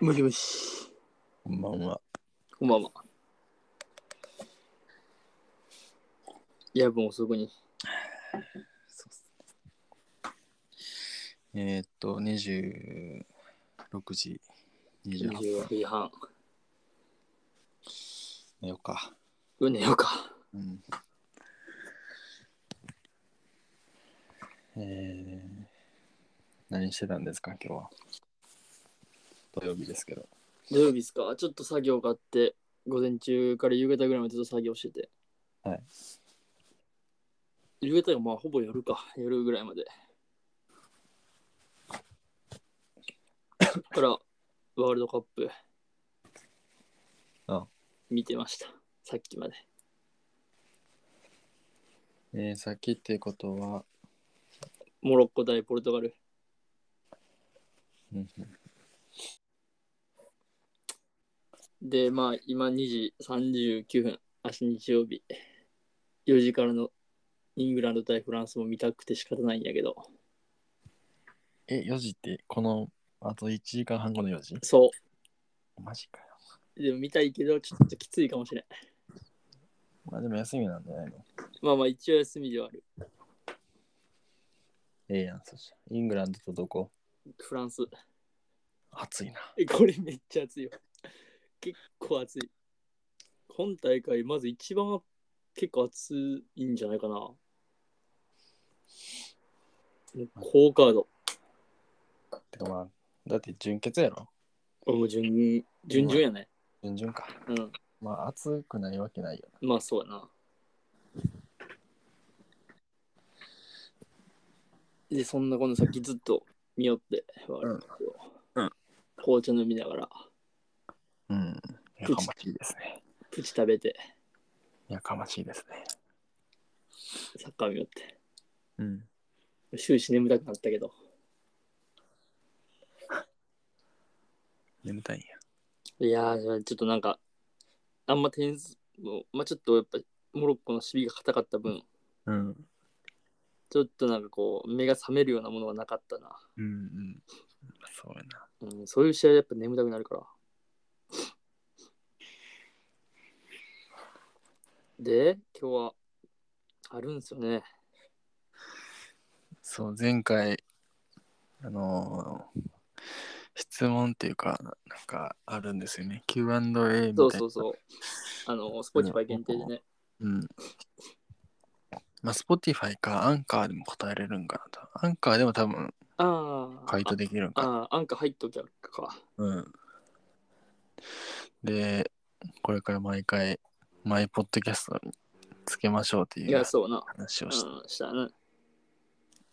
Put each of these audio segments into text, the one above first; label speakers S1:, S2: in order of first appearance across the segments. S1: もしもし。
S2: こんばんは。
S1: こんばんは。夜分遅くに。
S2: そうっすねえーっと、26時28分
S1: 24時半。
S2: 寝ようか。
S1: うん、寝ようか。
S2: うん。えー、何してたんですか、今日は。土曜日ですけど。
S1: 土曜日ですかちょっと作業があって、午前中から夕方ぐらいまでずっと作業してて。
S2: はい。
S1: 夕方がまあほぼ夜か。夜ぐらい まで。そっから、ワールドカップ。
S2: あ
S1: 見てました。さっきまで。
S2: えー、さっきっていうことは、
S1: モロッコ対ポルトガル。
S2: うん
S1: で、まあ、今2時39分、明日日曜日、4時からのイングランド対フランスも見たくて仕方ないんやけど、
S2: え、4時って、この、あと1時間半後の4時
S1: そ
S2: マジかよ。
S1: う、でも見たいけど、ちょっときついかもしれん。
S2: まあでも休みなんじゃないの
S1: まあまあ、一応休みではある。
S2: ええやん、そしたらイングランドとどこ
S1: フランス。
S2: 暑いな。
S1: え これめっちゃ熱いよ。結構熱い。今大会、まず一番結構熱いんじゃないかな。もう好カード。
S2: てかまあ、だって準決やろ
S1: あもう順、順々やね。
S2: 準々か。
S1: うん。
S2: まあ、暑くないわけないよな。
S1: まあそうやな。で、そんなこの先ずっと見よって、ワールドカップを
S2: うん
S1: 紅茶飲みながら、
S2: うん。やかましいですね。
S1: プチ食べて、
S2: やかましいですね。
S1: サッカー見よって。
S2: うん。
S1: 終始眠たくなったけど。
S2: 眠たいんや。
S1: いやー、ちょっとなんか、あんま点数も、まあちょっとやっぱ、モロッコの守備が硬かった分、
S2: うん。
S1: ちょっとなんかこう、目が覚めるようなものはなかったな。
S2: うんうん。そうやな。
S1: うん、そういう試合やっぱ眠たくなるから。で、今日はあるんすよね。
S2: そう、前回、あのー質問っていうか、なんかあるんですよね。Q&A みたいな。
S1: そうそうそう。あの、Spotify 限定でね。
S2: うん。まあ、Spotify か、アンカーでも答えれるんかなと。アンカーでも多分
S1: ああ。
S2: 回答できるんかな。
S1: ああ、アンカー入っときゃか。
S2: うん。で、これから毎回、マイポッドキャストにつけましょうって
S1: い
S2: いう
S1: や、そうな。
S2: 話
S1: う
S2: を
S1: ん
S2: し、
S1: したな。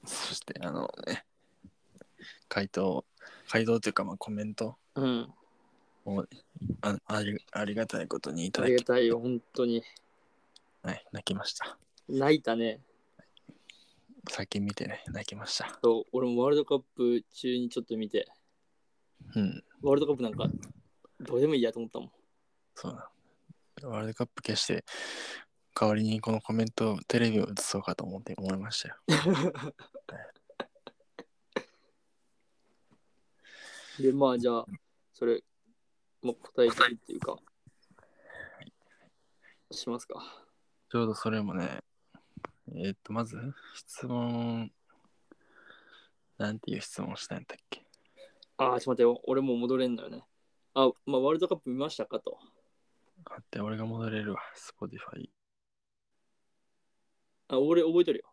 S2: そして、あのね、回答、回答というか、まあ、コメント
S1: うん。
S2: をあありありがたいことにいた
S1: あ
S2: だ
S1: り
S2: き
S1: が、たいよ、本当に。
S2: はい、泣きました。
S1: 泣いたね。
S2: 最近見てね、泣きました。
S1: そう、俺もワールドカップ中にちょっと見て、
S2: うん、
S1: ワールドカップなんか、どうでもいいやと思ったもん。
S2: そうだ。ワールドカップ決して、代わりにこのコメントをテレビを映そうかと思って思いましたよ。
S1: で、まあじゃあ、それ、もう答えたいっていうか、しますか。
S2: ちょうどそれもね、えーっと、まず、質問、なんていう質問したんだっけ
S1: ああ、ちょっと待ってよ。俺もう戻れんのよね。あ、まあワールドカップ見ましたかと。
S2: 待って、俺が戻れるわ、Spotify。
S1: あ、俺覚えてるよ。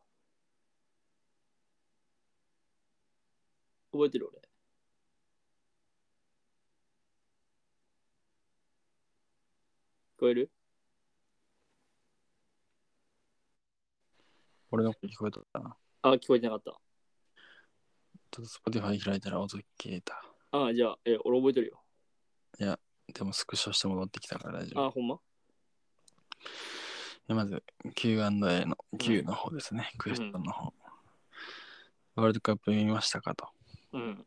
S1: 覚えてる俺。聞こえる
S2: 俺の声聞こえとったな
S1: あ、聞こえてなかった。
S2: ちょっと Spotify 開いたら音消えた。
S1: ああ、じゃあ、え、俺覚えてるよ。
S2: でもスクショして戻ってきたから大丈
S1: あ
S2: 夫。
S1: あ、ほんま
S2: でまず、Q&A の
S1: う
S2: Q
S1: ん
S2: の方ですね、クエスチョンの方。ワールドカップ見ましたかと。
S1: うん。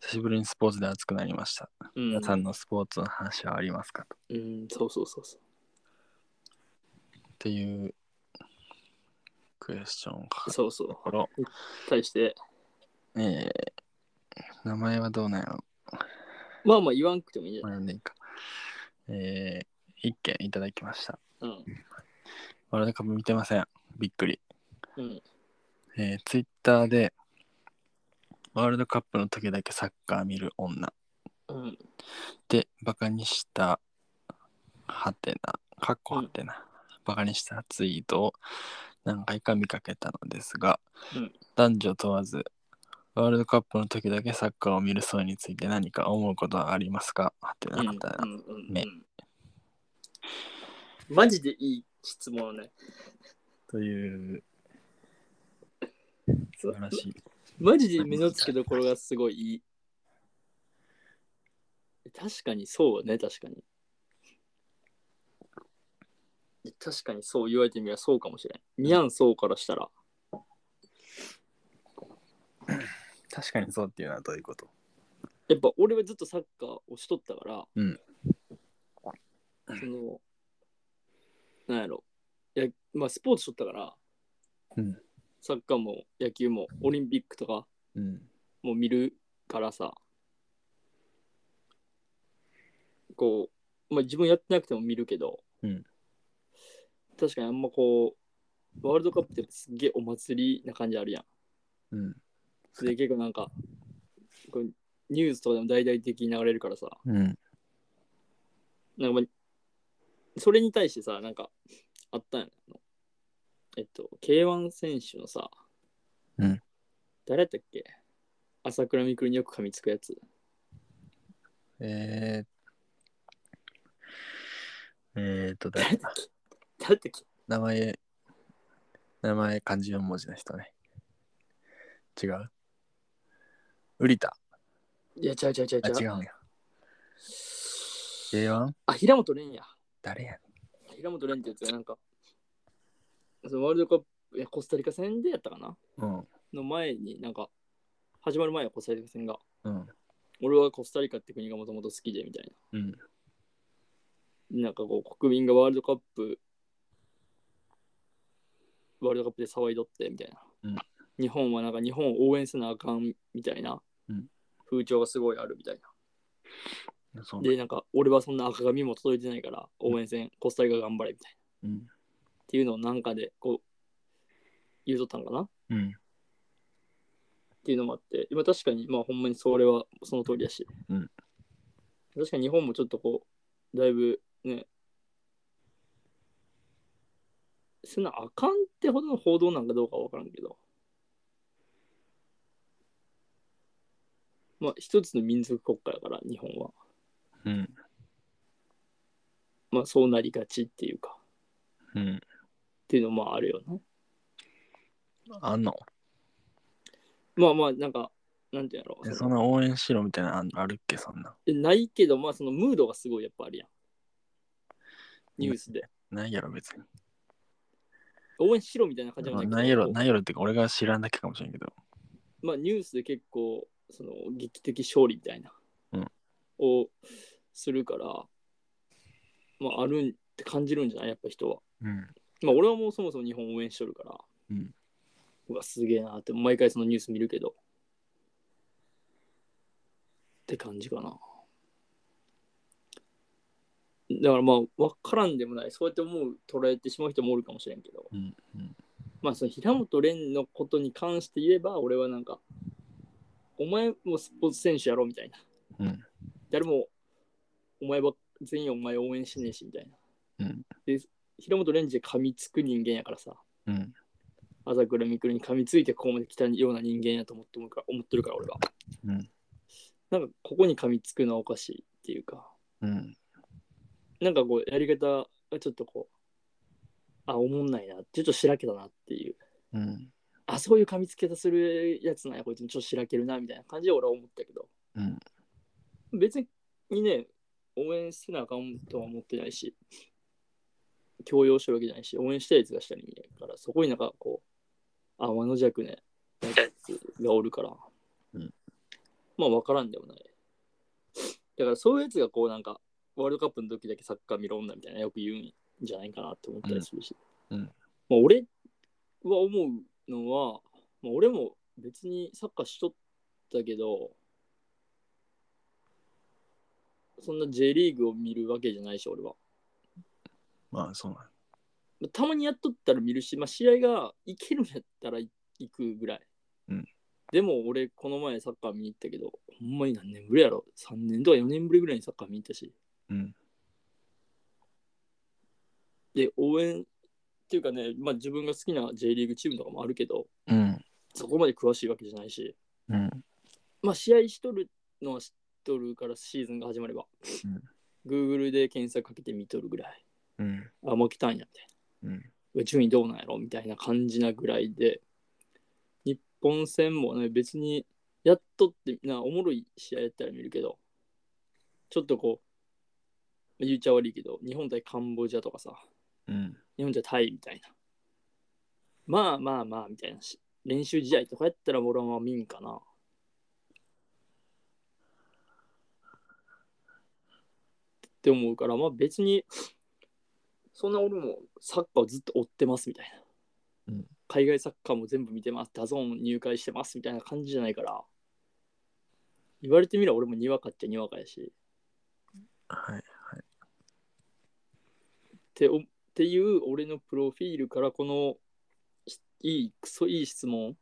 S2: 久しぶりにスポーツで熱くなりました。
S1: うん、
S2: 皆さんのスポーツの話はありますかと。
S1: うん、そうそうそうそう。
S2: っていうクエスチョンを書かれた
S1: そうそう。
S2: ところ、
S1: 対して、
S2: えー、名前はどうなんやろ
S1: まあまあ言わんくてもいいんじゃ
S2: ま
S1: な
S2: あ、
S1: い、
S2: 読んでいいか。えー、一件いただきました。
S1: うん
S2: ワールドカップ見てません。びっくり。
S1: うん
S2: えー、ツイッターで、ワールドカップの時だけサッカー見る女
S1: うん
S2: で、バカにした、はてな、かっこはてな、バカにしたツイートを何回か見かけたのですが、
S1: うん
S2: 男女問わず、ワールドカップの時だけサッカーを見る層について何か思うことはありますかはて
S1: う
S2: な、
S1: んう
S2: は
S1: ん
S2: てな。
S1: うん
S2: ね
S1: うんマジでいい質問ね
S2: という素晴らしい。
S1: マジで目の付けどころがすごいいい。確かにそうね、確かに。確かにそう言われてみればそうかもしれん。ニャンそうからしたら、
S2: 確かにそうっていうのはどういうこと
S1: やっぱ俺はずっとサッカーをしとったから、
S2: うん
S1: その、なんやろ。いや、まあスポーツしとったから、
S2: うん
S1: サッカーも野球もオリンピックとか
S2: うん。
S1: もう見るからさこう、まあ、自分やってなくても見るけど、
S2: うん
S1: 確かにあんまこうワールドカップってすっげえお祭りな感じあるやん
S2: うん。
S1: で結構なんかこうニュースとかでも大々的に流れるからさ
S2: うん。
S1: なんかまあそれに対してさなんかあったんやなえっと K1 選手のさ、
S2: うん
S1: 誰やったっけ朝倉未来によく噛みつくやつ
S2: えー、えー、と、だ
S1: 誰だっけ誰だっけ
S2: 名前、名前漢字4文字の人ね。違うウリタ。
S1: いや、違う違う違う
S2: あ、違
S1: 違う。
S2: うんや。J1?
S1: あ、平本蓮や。
S2: 誰やね。
S1: 平本蓮ってやつがなんか、そのワールドカップ、いやコスタリカ戦でやったかなんの前になんか、始まる前はコスタリカ戦が、
S2: うん。
S1: 俺はコスタリカって国がもともと好きでみたい
S2: うん。
S1: な。なんかこう、国民がワールドカップ、ワールドカップで騒いどってみたいな。
S2: うん
S1: 日本はなんか日本を応援せなあかんみたいな
S2: うん
S1: 風潮がすごいあるみたいな。
S2: うん。そうね。
S1: で、なんか、俺はそんな赤髪も届いてないから、応援戦、コスタリカ頑張れみたいな。
S2: うん。
S1: っていうのをなんかでこう言うとったんかなっ
S2: うん。
S1: ていうのもあって今確かにまあほんまにそれはその通りだし、
S2: うん
S1: 確かに日本もちょっとこうだいぶねそんなあかんってほどの報道なんかどうかは分からんけどまあ一つの民族国家だから日本は
S2: うん。
S1: まあそうなりがちっていうかっ
S2: うん。
S1: ていうのもあるよね
S2: あんの
S1: まあまあなんかなんていうんやろう
S2: え
S1: そ
S2: そ
S1: の
S2: んな応援しろみたいなのあんあるっけそんな。
S1: えないけど、まあそのムードがすごいやっぱあるやん。ニュースで。
S2: ないやろ別に。
S1: 応援しろみたいな感じじゃないけど
S2: ないやろ、ないやろってか俺が知らんだけかもしれんけど。
S1: まあニュースで結構、その劇的勝利みたいな、
S2: うん
S1: をするから、まああるんって感じるんじゃないやっぱ人は。
S2: うん。
S1: まあ俺はもうそもそも日本応援しとるから、
S2: うん
S1: うわ、すげえなって、毎回そのニュース見るけど。って感じかな。だからまあ、わからんでもない。そうやって思う、捉えてしまう人もおるかもしれんけど、
S2: うん。うん。
S1: まあ、その平本蓮のことに関して言えば、俺はなんか、お前もスポーツ選手やろみたいな。
S2: うん
S1: 誰も、お前ばっ、全員お前応援しねえし、みたいな。
S2: うん
S1: で、平本蓮で噛みつく人間やからさ。
S2: うん。
S1: 朝倉未来に噛みついてここまで来たような人間やと思ってるから思ってるから俺は。
S2: うん
S1: なんかここに噛みつくのはおかしいっていうか、
S2: うん。
S1: なんかこうやり方がちょっとこう、あ、おもんないな、ちょっとしらけたなっていう。
S2: うん。
S1: あ、そういう噛みつけ方するやつなんや、こいつもちょっとしらけるなみたいな感じで俺は思ったけど、
S2: うん。
S1: 別にね、応援せなあかんとは思ってないし、強要してるわけじゃないし、応援したいやつがしたりいないから、そこになんかこう、あ、わの弱ね、やつがおるから、
S2: うん
S1: まあ分からんでもない。だからそういうやつがこうなんか、ワールドカップの時だけサッカー見ろ女みたいなよく言うんじゃないかなって思ったりするし、
S2: うんうん
S1: まあ俺は思うのは、まあ、俺も別にサッカーしとったけど、そんな J リーグを見るわけじゃないし、俺は。
S2: まあそうなん
S1: たまにやっとったら見るし、まあ、試合がいけるんやったらい行くぐらい。
S2: うん
S1: でも俺、この前サッカー見に行ったけど、ほんまに何年ぶりやろ ?3 年とか4年ぶりぐらいにサッカー見に行ったし。
S2: うん
S1: で、応援っていうかね、まあ、自分が好きな J リーグチームとかもあるけど、
S2: うん
S1: そこまで詳しいわけじゃないし、
S2: うん
S1: まあ、試合しとるのは知っとるから、シーズンが始まれば。Google で検索かけて見とるぐらい。
S2: うん
S1: あ、もう来たんやみたいな。
S2: うん
S1: 順位どうなんやろみたいな感じなぐらいで日本戦もね別にやっとってなおもろい試合やったら見るけどちょっとこう言っちゃ悪いけど日本対カンボジアとかさ
S2: うん
S1: 日本対タイみたいなまあまあまあみたいなし練習試合とかやったら俺はまあ見んかなって思うからまあ別にそんな俺もサッカーをずっと追ってますみたいな、
S2: うん
S1: 海外サッカーも全部見てますダゾーン入会してますみたいな感じじゃないから言われてみれば俺もにわかっちゃにわかやし
S2: はい
S1: っておっていう俺のプロフィールからこのしいいクソいい質問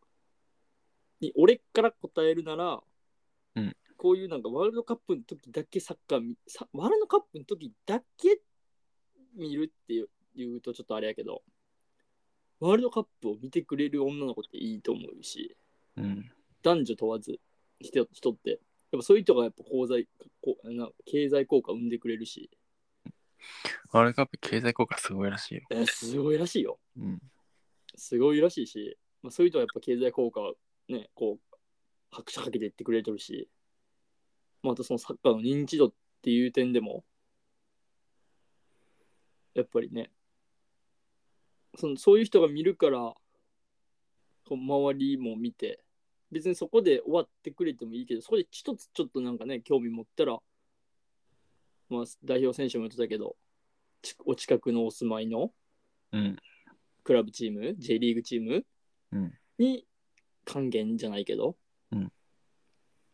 S1: に俺から答えるなら、
S2: うん
S1: こういうなんかワールドカップの時だけサッカー見さワールドカップの時だけ見るっていう言うとちょっとあれやけどワールドカップを見てくれる女の子っていいと思うし
S2: うん
S1: 男女問わず人人ってやっぱそういう人がやっぱ経済こうな経済効果を生んでくれるし、
S2: ワールドカップ経済効果すごいらしいよ
S1: えーすごいらしいよ
S2: うん
S1: すごいらしいし、まあ、そういう人はやっぱ経済効果をね、こう、拍車かけていってくれてるし、まあ、あとそのサッカーの認知度っていう点でも、やっぱりね、そのそういう人が見るから、こう周りも見て、別にそこで終わってくれてもいいけど、そこで一つちょっとなんかね、興味持ったら、まあ、代表選手も言ってたけど、ちお近くのお住まいの、
S2: うん
S1: クラブチーム J リーグチーム、
S2: うん
S1: に還元じゃないけど、
S2: うん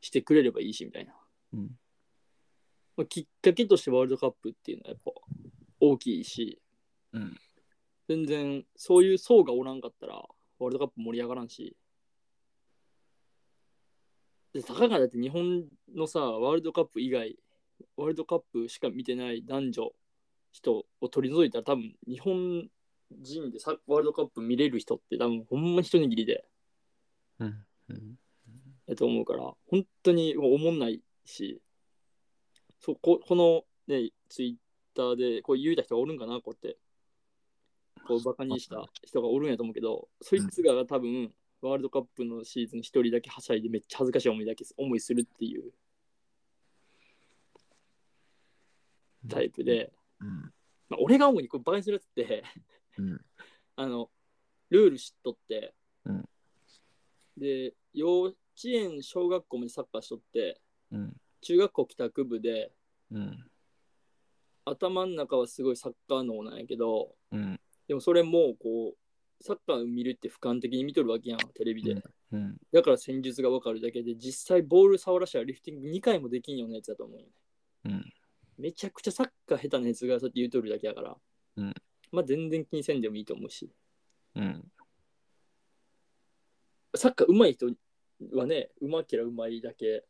S1: してくれればいいしみたいな、
S2: うん
S1: まあ、きっかけとしてワールドカップっていうのはやっぱ大きいし、
S2: うん
S1: 全然そういう層がおらんかったらワールドカップ盛り上がらんしでたかがだって日本のさワールドカップ以外ワールドカップしか見てない男女人を取り除いたら多分日本人でサワールドカップ見れる人って多分ほんま一握りで
S2: うんうん
S1: やと思うから本当におもんないしそうここのねツイッターでこう言うた人がおるんかなこうやってこうバカにした人がおるんやと思うけどそいつが多分ワールドカップのシーズン一人だけはしゃいでめっちゃ恥ずかしい思いだけ思いするっていうタイプで、
S2: うん
S1: まあ、俺が主にこれバカにするやつって、
S2: うん
S1: あのルール知っとって、
S2: うん
S1: で幼稚園小学校までサッカーしとって
S2: うん
S1: 中学校帰宅部で
S2: うん
S1: 頭の中はすごいサッカー脳なんやけど
S2: うん
S1: でもそれもこうサッカー見るって俯瞰的に見とるわけやんテレビで、
S2: うん
S1: だから戦術がわかるだけで実際ボール触らしたらリフティング2回もできんようなやつだと思うよね
S2: うん
S1: めちゃくちゃサッカー下手なやつがそうやって言うとるだけやから、
S2: うん
S1: まあ全然気にせんでもいいと思うし
S2: うん
S1: サッカー上手い人はね、うまけりゃうまいだけ、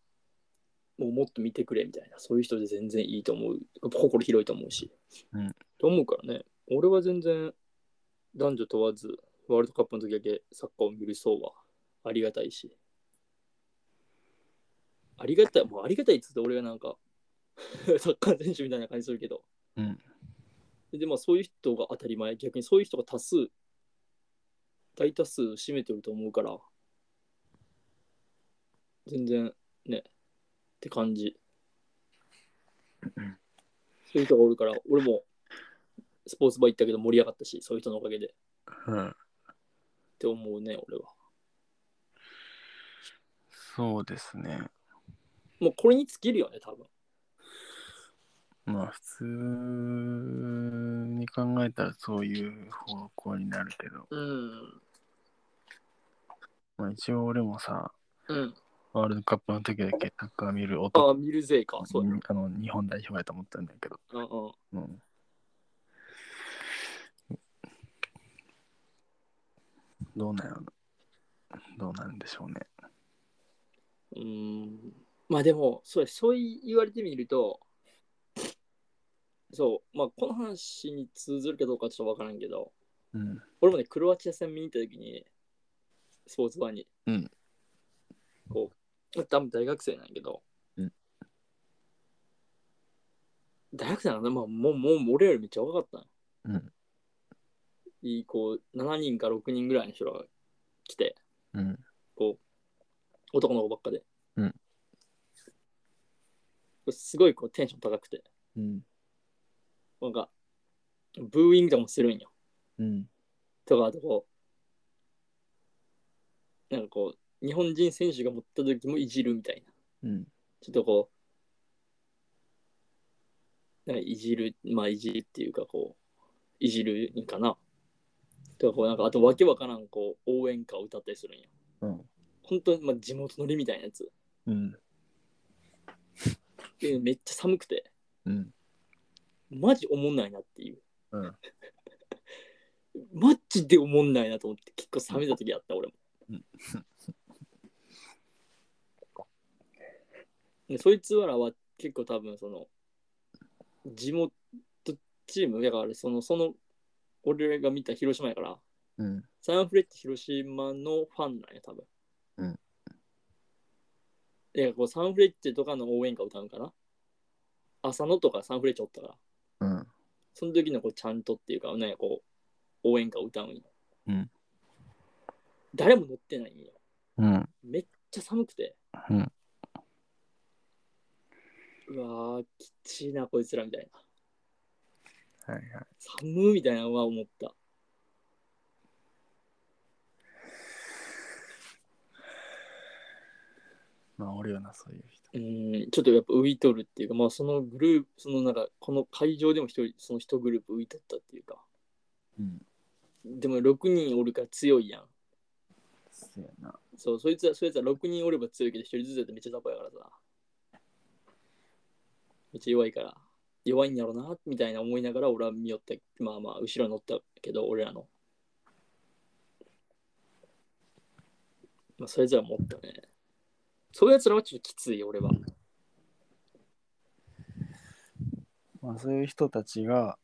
S1: もうもっと見てくれみたいな、そういう人で全然いいと思う。心広いと思うし。
S2: うん
S1: と思うからね、俺は全然男女問わず、ワールドカップの時だけサッカーを見る層はありがたいし。ありがたい、もうありがたいっつって俺がなんか、 サッカー選手みたいな感じするけど。
S2: うん
S1: ででもそういう人が当たり前、逆にそういう人が多数、大多数占めてると思うから、全然ねって感じそういう人がおるから俺もスポーツバー行ったけど盛り上がったしそういう人のおかげでっ
S2: うん
S1: て思うね俺は
S2: そうですね
S1: もうこれに尽きるよね多分
S2: まあ普通に考えたらそういう方向になるけど、
S1: うん
S2: まあ、一応俺もさ
S1: うん
S2: ワールドカップの時だけサッカー見る男
S1: ああ、見るぜか。そうだ。
S2: あの日本代表やと思ったんだけど、
S1: うんうん。
S2: うん、どうなんやろどうなんでしょうね
S1: うーんまあでも、そうやそう言われてみると、そう、まあこの話に通ずるかどうかはちょっとわからんけど、
S2: うん
S1: 俺もね、クロアチア戦見に行った時に、スポーツバーに、
S2: うん
S1: こう、多分大学生なんやけど、
S2: うん
S1: 大学生なんだ、まあもう、もう俺よりめっちゃ若かったんよ
S2: うん
S1: いい、こう、7人か6人ぐらいの人が来て、
S2: うん
S1: こう、男の子ばっかで。
S2: うん
S1: すごいこうテンション高くて、
S2: うん
S1: なんか、ブーイングとかもするんよ。
S2: うん
S1: とか、あとこう、なんかこう、日本人選手が持った時もいじるみたいな。
S2: うん
S1: ちょっとこう、なんかいじる、まあいじるっていうかこう、いじるんかな。とかこう、なんかあとわけわからんこう、応援歌を歌ったりするんよ。
S2: うん
S1: 本当にまあ地元乗りみたいなやつ。
S2: うん
S1: でめっちゃ寒くて
S2: うん
S1: マジおもんないなっていう
S2: うん
S1: マジでおもんないなと思って結構冷めた時あった俺も
S2: うん
S1: でそいつらは結構多分その地元チームだからそのその俺が見た広島やから
S2: うん
S1: サンフレッチェ広島のファンなんや多分
S2: うん
S1: でこうサンフレッチェとかの応援歌歌うんかな浅野とかサンフレッチェおったから
S2: うん
S1: その時のこうちゃんとっていうか、ね、こう、応援歌を歌うんよ。
S2: うん
S1: 誰も乗ってないんよ。
S2: うん
S1: めっちゃ寒くて。
S2: うん
S1: うわー、きちいな、こいつらみたいな。
S2: はいはい
S1: 寒ーみたいなのは思った。
S2: まあおるよなそういう人
S1: うん、ちょっとやっぱ浮いとるっていうか、まあそのグループ、そのなんか、この会場でも一人、その一グループ浮いとったっていうか。
S2: うん
S1: でも6人おるから強いやん。
S2: そうやな
S1: そう、そいつは、そいつは6人おれば強いけど、1人ずつやってめっちゃ雑魚やからさ。めっちゃ弱いから、弱いんやろな、みたいな思いながら、俺は見よった、まあまあ、後ろに乗ったけど、俺らの。まあ、それぞれ持ったね。そういうやつらはちょっときつい、俺は。
S2: まあそういう人たちが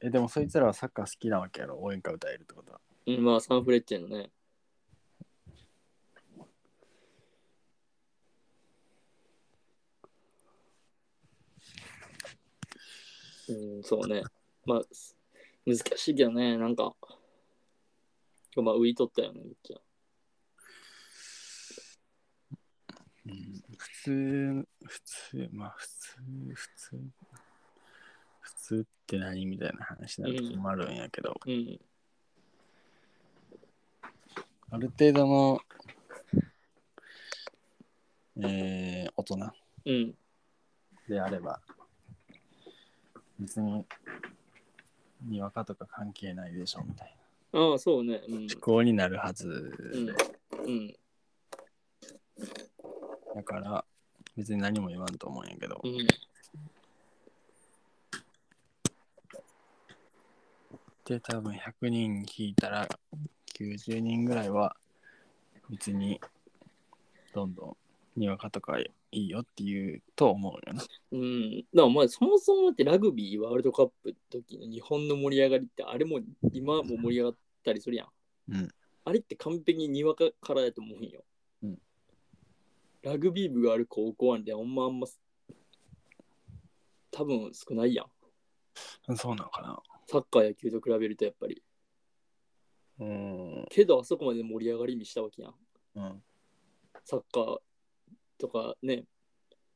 S2: えでもそいつらはサッカー好きなわけやろ応援歌歌えるってことは
S1: うん、まあ、サンフレッチェのね。うん、そうね。まあ、す難しいけどね、なんか。まあ、浮いとったよね、めっちゃ。
S2: うん普通、普通、まあ普通、普通、普通って何みたいな話になる時もあるんやけど、
S1: うん。
S2: ある程度の、えー、大人
S1: うん。
S2: であれば、別に、にわかとか関係ないでしょみたい
S1: ああ、そうね。うん
S2: な。思考になるはず
S1: うん。うん。
S2: だから、別に何も言わんと思うんやけど、
S1: うん。
S2: で多分100人聞いたら90人ぐらいは別にどんどんにわかとかいいよっていうと思うよな。
S1: うん、だからまあそもそもだってラグビーワールドカップの時の日本の盛り上がりってあれも今も盛り上がったりするやん。
S2: うん
S1: あれって完璧ににわかからだと思うんよ。
S2: うん
S1: ラグビー部がある高校なんてほんまあんま多分少ないやん。
S2: そうなのかな。
S1: サッカー野球と比べるとやっぱり。
S2: うん。
S1: けどあそこまで盛り上がりにしたわけやん。
S2: うん。
S1: サッカーとかね、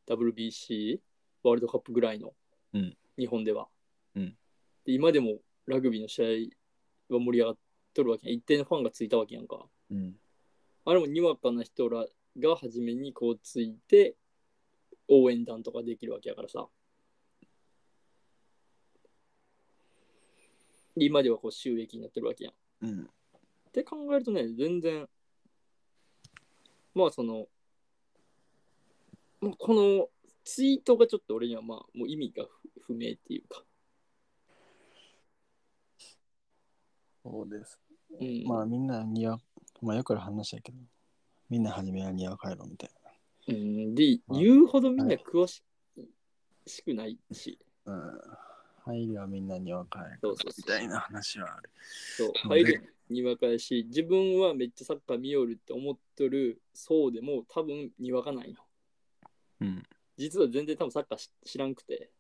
S1: WBC、ワールドカップぐらいの、
S2: うん
S1: 日本では、
S2: うん
S1: で。今でもラグビーの試合は盛り上がっとるわけやん。一定のファンがついたわけやんか。
S2: うん。
S1: あれもにわかな人らが初めにこうついて、応援団とかできるわけやからさ。で今ではこう収益になってるわけやん。
S2: うん。
S1: って考えるとね、全然、まあその、まあ、このツイートがちょっと俺にはまあもう意味が不不明っていうか、
S2: そうです。
S1: うん
S2: まあみんなにわ、まあよくある話やけど、みんな初めはにわかやろみたい
S1: うん、で、
S2: まあ
S1: 言うほどみんな詳し,、くないし、
S2: な。うん。入りはみんなにわかや
S1: そうそうそう
S2: みたいな話はある。
S1: そう
S2: そうね
S1: 入るにわかやし、自分はめっちゃサッカー見よるって思っとるそうでも多分にわかないの。
S2: うん。
S1: 実は全然多分サッカーし知らんくて、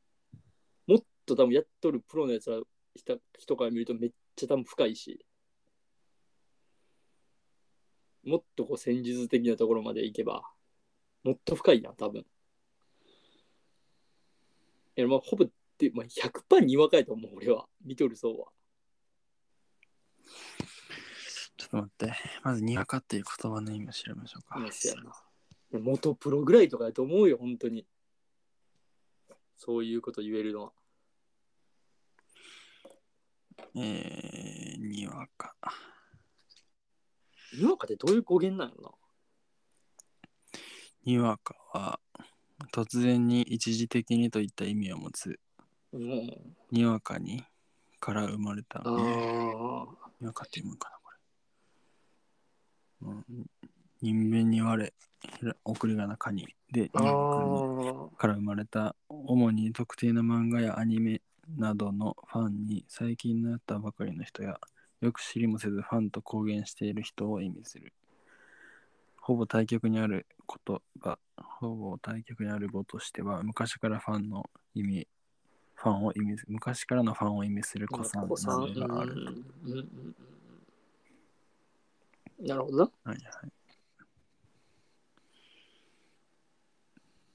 S1: もっと多分やっとるプロのやつら人人から見るとめっちゃ多分深いし、もっとこう戦術的なところまでいけば、もっと深いやん、多分。いや、まあ、ほぼ、でまあ、100%にわかいと思う、俺は。見とるそうは。
S2: ちょっと待って。まずにわかっていう言葉の意味を調べましょうか。
S1: いやそうやな。元プロぐらいとかだと思うよ、本当に。そういうこと言えるのは。
S2: えー、にわか。
S1: にわかってどういう語源なのな
S2: にわかは、突然に一時的にといった意味を持つ、
S1: うん。
S2: にわかにから生まれた。
S1: ああ。
S2: にわかって読むんかな、これ。うん、人間に我れ、ひら送りが中に。で、
S1: あ
S2: にわかに
S1: ー
S2: から生まれた主に特定の漫画やアニメなどのファンに最近なったばかりの人やよく知りもせずファンと公言している人を意味するほぼ対極にあることがほぼ対極にある語としては昔からファンの意味ファンを意味す昔からのファンを意味する子さん
S1: 子さん
S2: などがある、
S1: うんうんうんうんなるほどな。
S2: はいはい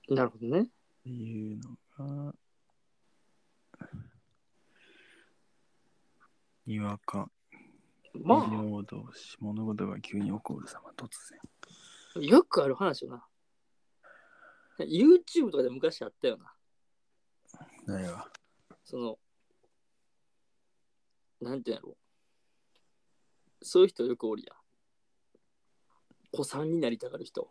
S1: なるほどね。
S2: っていうのが、にわか、
S1: ま
S2: 異
S1: あ、
S2: 常同士、物事が急に起こる様、突然。
S1: よくある話よな。YouTube とかで昔あったよな。
S2: 誰が
S1: その、なんていうんやろう。そういう人よくおるやん。子さんになりたがる人。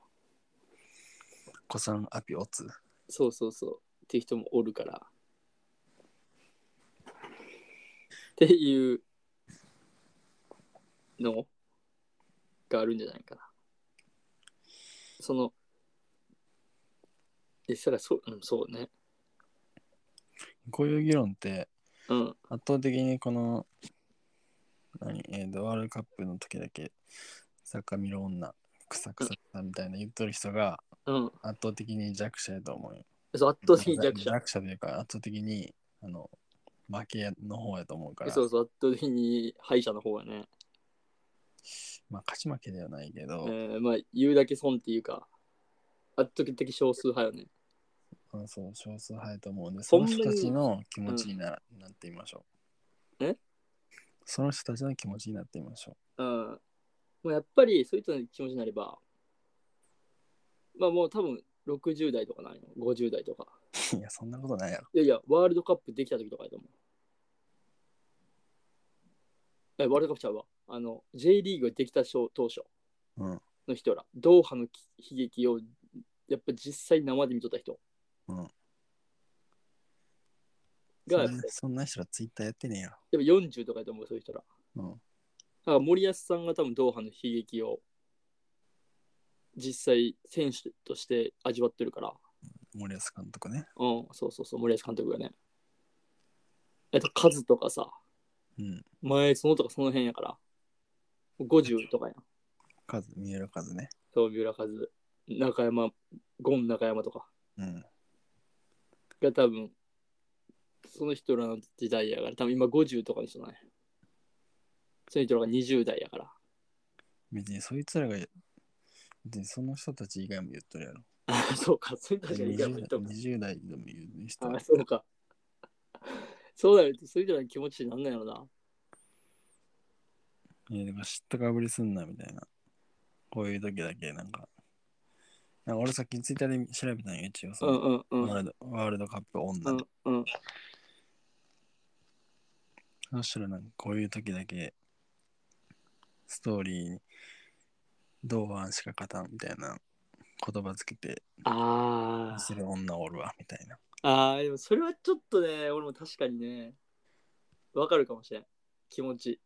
S2: 子さんアピオツ。
S1: そうそうそう。っていう人もおるから。っていうのがあるんじゃないかな。その、え、そらそう、うん、そうね。
S2: こういう議論って、
S1: うん。
S2: 圧倒的にこの、何、えーと、ワールドカップの時だけ、サッカー見る女、クサクサだみたいな言っとる人が、
S1: うん。
S2: 圧倒的に弱者やと思うよ。
S1: そう圧倒的に弱者。
S2: 弱者というか、圧倒的に、あの、負けの方やと思うから。
S1: そうそう、圧倒的に敗者の方がね。
S2: まあ、勝ち負けではないけど、
S1: えーまあ、言うだけ損っていうか、圧倒的少数派よね。
S2: うん、そう少数派やと思うんで、そ
S1: ほん
S2: の
S1: まに
S2: 人たちの気持ちにな,、なってみましょう。
S1: え
S2: その人たちの気持ちになってみましょ
S1: うん。もうやっぱり、そういう人の気持ちになれば、まあもう多分60代とかなんよ、50代とか。
S2: う。い や、そんなことないやろ。
S1: いやいや、ワールドカップできた時とかやと思う。え、ワールドカップちゃうわ。あの、J リーグができた当初
S2: うん
S1: の人ら、ドーハの悲劇を、やっぱ実際生で見とった人
S2: うん
S1: が、やっ
S2: そん
S1: ぱ
S2: なそんな人らツイッターやってねえや
S1: やっぱ40とかやと思う、そういう人ら。
S2: ろ。
S1: だから森保さんが多分ドーハの悲劇を実際選手として味わってるから、
S2: うん、森保監督ね。
S1: うん、そうそうそう、森保監督がね。えっと、カズとかさ、
S2: うん。
S1: 前園とかその辺やから、50とかやん。
S2: 数、見える数ね。
S1: そう、三浦和、中山、ゴン中山とか
S2: うん。
S1: が多分、その人らの時代やから、多分今50とかの人なんや。その人らが20代やから。
S2: 別にそいつらが、別にその人たち以外も言っとるやろ。
S1: あそうか、そういう人たちがいたらもう
S2: 20
S1: 一人
S2: 代20代でも言う人
S1: あ、そうか。そうだよ、そういう人らの気持ちになんないのな。
S2: いや、でも知ったかぶりすんなみたいな。こういう時だけ、なんか。なんか俺さっきツイッターで調べたんよ、一応そ
S1: うん
S2: の、
S1: うんうん。
S2: ワールドワールドカップ
S1: う
S2: 女
S1: ん
S2: で。
S1: うん。
S2: そしたらなんかこういう時だけ、ストーリーに、同伴しか勝たんみたいな言葉つけて
S1: あ
S2: する女おるわみたいな。
S1: あ。ああ、でもそれはちょっとね、俺も確かにね、わかるかもしれん。気持ち。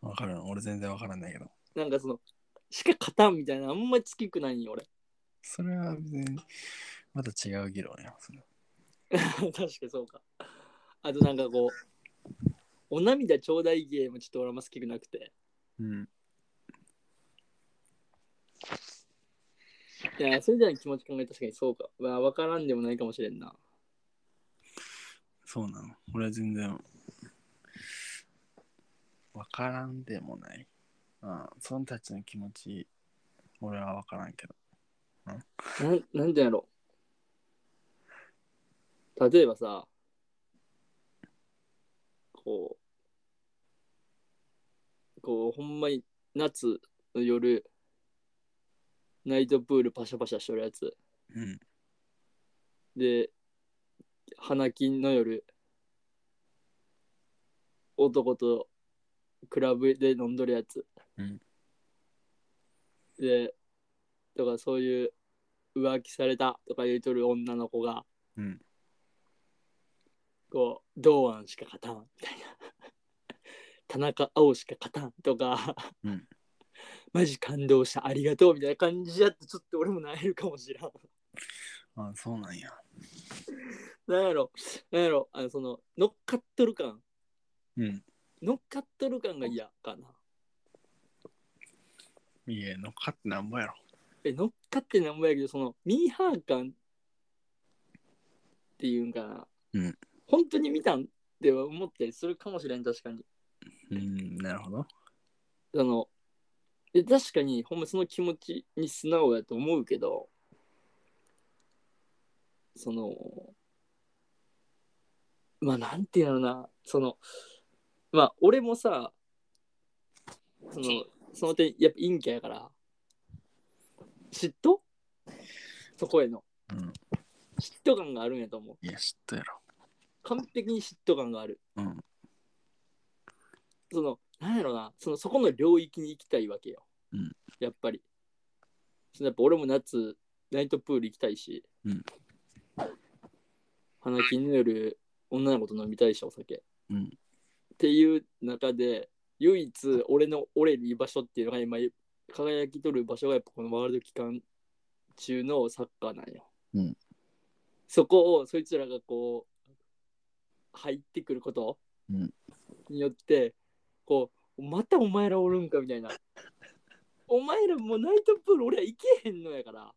S2: わかるの俺全然わからないけど。
S1: なんかその、しか勝たんみたいな、あんまりつきくないんよ、俺。
S2: それは別にまた違う議論や。それ
S1: 確かにそうか。あとなんかこう、お涙ちょうだいゲームちょっと俺あんま好きくなくて。
S2: うん。
S1: いや、それじゃない気持ち考え確かにそうか。まあ、わからんでもないかもしれんな。
S2: そうなの。俺は全然わからんでもない。うん。そのたちの気持ち、俺はわからんけど。
S1: なんなんでやろう例えばさこうこうほんまに夏の夜ナイトプールパシャパシャしとるやつ
S2: うん。
S1: で花金の夜男とクラブで飲んどるやつ、
S2: うん
S1: でとかそういう浮気されたとか言うとる女の子が
S2: うん。
S1: こう堂安しか勝たんみたいな 田中碧しか勝たんとか、
S2: うん
S1: マジ感動したありがとうみたいな感じやとちょっと俺もなえるかもしれん。
S2: あそうなんや。
S1: なんやろなんやろあのその乗っかっとる感
S2: うん。
S1: 乗っかっとる感が嫌かな。
S2: いや、乗っかってなんぼやろ。
S1: え、乗っかってなんぼやけど、そのミーハー感っていうんかな。
S2: うん。
S1: 本当に見たんって思ったりするかもしれん、確かに。
S2: うん、なるほど。
S1: その、え確かに、ほんまその気持ちに素直やと思うけど、その、まあ、なんていうのな、その、まあ、俺もさ、その、その点、やっぱ陰キャやから、嫉妬そこへの。
S2: うん。
S1: 嫉妬感があるんやと思う。
S2: いや、知ったやろ。
S1: 完璧に嫉妬感がある。
S2: うん。
S1: その、なんやろな、その、そこの領域に行きたいわけよ。
S2: うん
S1: やっぱり。そのやっぱ俺も夏、ナイトプール行きたいし、
S2: うん
S1: 花金の夜、女の子と飲みたいし、お酒。
S2: うん
S1: っていう中で、唯一俺の折れる居場所っていうのが今、輝き取る場所がやっぱこのワールド期間中のサッカーなんよ。
S2: うん
S1: そこをそいつらがこう入ってくること
S2: うん
S1: によって、こうまたお前らおるんかみたいな お前らもうナイトプール俺ら行けへんのやから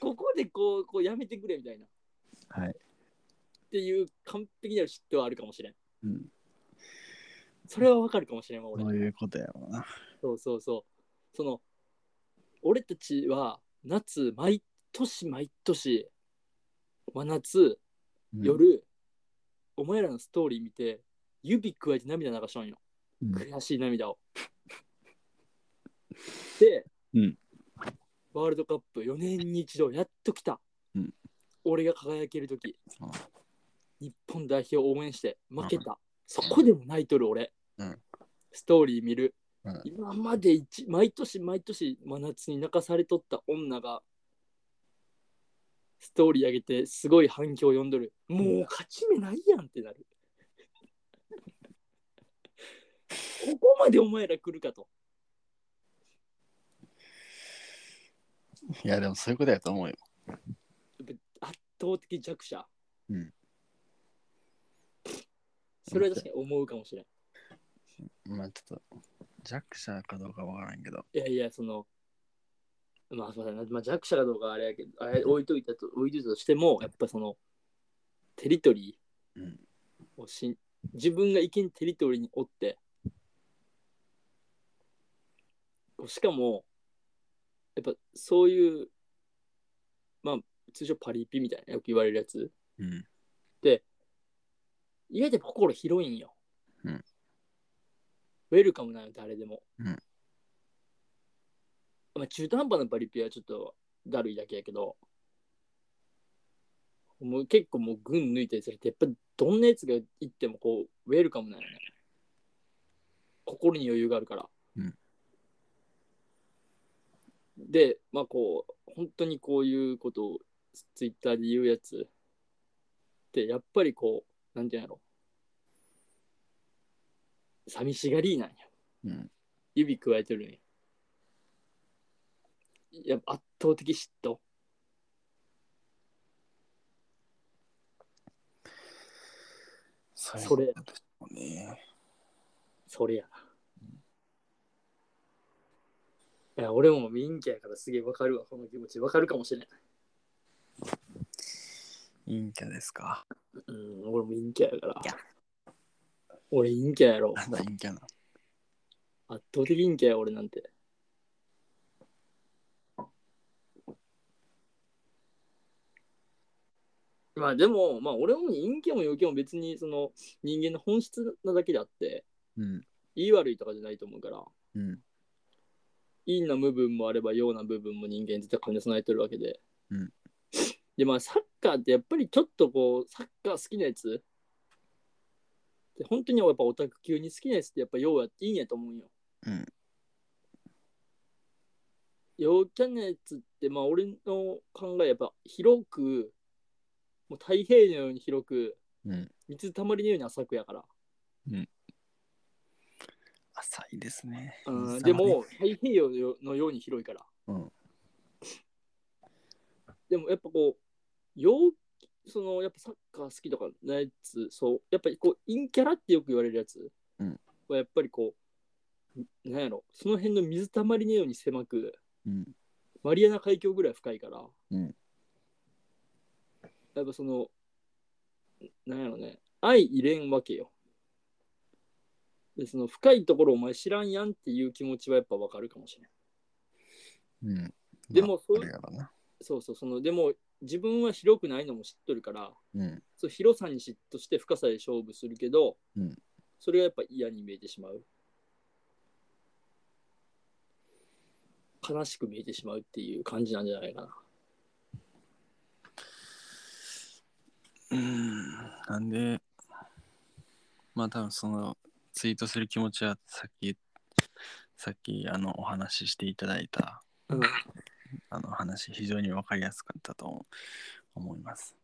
S1: ここでこうこうやめてくれみたいなっ
S2: はい。
S1: ていう完璧なる嫉妬はあるかもしれん
S2: うん。
S1: それはわかるかもしれんわ俺
S2: そういうことやろうな。
S1: そうそうそう。その、俺たちは夏、毎年毎年、真夏、
S2: うん、
S1: 夜、お前らのストーリー見て、指くわえて涙流しとんよ。
S2: うん
S1: 悔しい涙を。で、
S2: うん
S1: ワールドカップ4年に一度、やっと来た。
S2: うん
S1: 俺が輝けるとき
S2: うん、
S1: 日本代表を応援して負けた。そこでも泣いとる俺。
S2: うん
S1: ストーリー見る。
S2: うん
S1: 今まで一毎年毎年真夏に泣かされとった女がストーリー上げてすごい反響を呼んどる。もう勝ち目ないやんってなる。 ここまでお前ら来るかと。
S2: いや、でもそういうことやと思うよ。
S1: 圧倒的弱者。
S2: うん
S1: それは確かに思うかもしれん。
S2: まあちょっと、弱者かどうかわからんけど。
S1: いやいや、その、まあ、そうだな、まあ、弱者かどうかはあれやけど、あれ置いといたと、置いといたとしても、やっぱその、テリトリ
S2: うん
S1: ーをし、自分が生きんテリトリーにおって、こうしかも、やっぱそういう、まあ、通常パリピみたいな、よく言われるやつ、
S2: うん。
S1: 意外とやっぱ心広いんよ。
S2: うん
S1: ウェルカムなの誰でも。
S2: うん
S1: まあ、中途半端なパリピはちょっとだるいだけやけど、もう結構もう群抜いたりすると、やっぱりどんなやつが行ってもこう、ウェルカムなのね。心に余裕があるから。
S2: うん
S1: で、まあこう、本当にこういうことをツイッターで言うやつって、やっぱりこう、なんていうんやろ。寂しがりなんや。
S2: うん。
S1: 指くわえてるんや。やっぱ圧倒的嫉妬。
S2: そ
S1: それ
S2: うでしょうね。
S1: それやな。いや、俺も民家やからすげえわかるわ、この気持ち。わかるかもしれない。
S2: 陰キャですか。
S1: うん、俺も陰キャやから。俺陰キャやろ。
S2: なんだ陰キャな。
S1: 圧倒的陰キャや、俺なんて。まあでも、まあ俺も陰キャも陽キャも別にその人間の本質なだけであって、
S2: うん。
S1: いい悪いとかじゃないと思うから、
S2: うん。
S1: 陰な部分もあれば陽な部分も人間絶対兼ね備えてるわけで。
S2: うん
S1: でまあサッカーってやっぱりちょっとこうサッカー好きなやつで本当にやっぱオタク級に好きなやつってやっぱ陽やいいんやと思うんよ。
S2: うん
S1: 陽キャなやつってまあ俺の考えやっぱ広くもう太平洋のように広く
S2: うん。
S1: 水たまりのように浅くやから。
S2: 浅いですね。
S1: うん
S2: 水溜まり
S1: で、も太平洋のよのように広いから、
S2: うん
S1: でもやっぱこう陽そのやっぱサッカー好きとかのやつそうやっぱりこう陰キャラってよく言われるやつ
S2: うん
S1: はやっぱりこう、なんやろその辺の水たまりのように狭く
S2: うん。
S1: マリアナ海峡ぐらい深いから、
S2: うん
S1: やっぱそのなんやろね愛入れんわけよでその深いところお前知らんやんっていう気持ちはやっぱわかるかもしれない
S2: うん。
S1: でもそう
S2: あれやろな。
S1: そうそうそのでも自分は広くないのも知っとるから
S2: うん。
S1: そう広さに嫉妬して深さで勝負するけど、
S2: うん
S1: それがやっぱ嫌に見えてしまう悲しく見えてしまうっていう感じなんじゃないかな
S2: うん。なんで、まあ多分その、ツイートする気持ちはさっき、さっきあのお話ししていただいた
S1: うん
S2: あの話非常に分かりやすかったと思思います。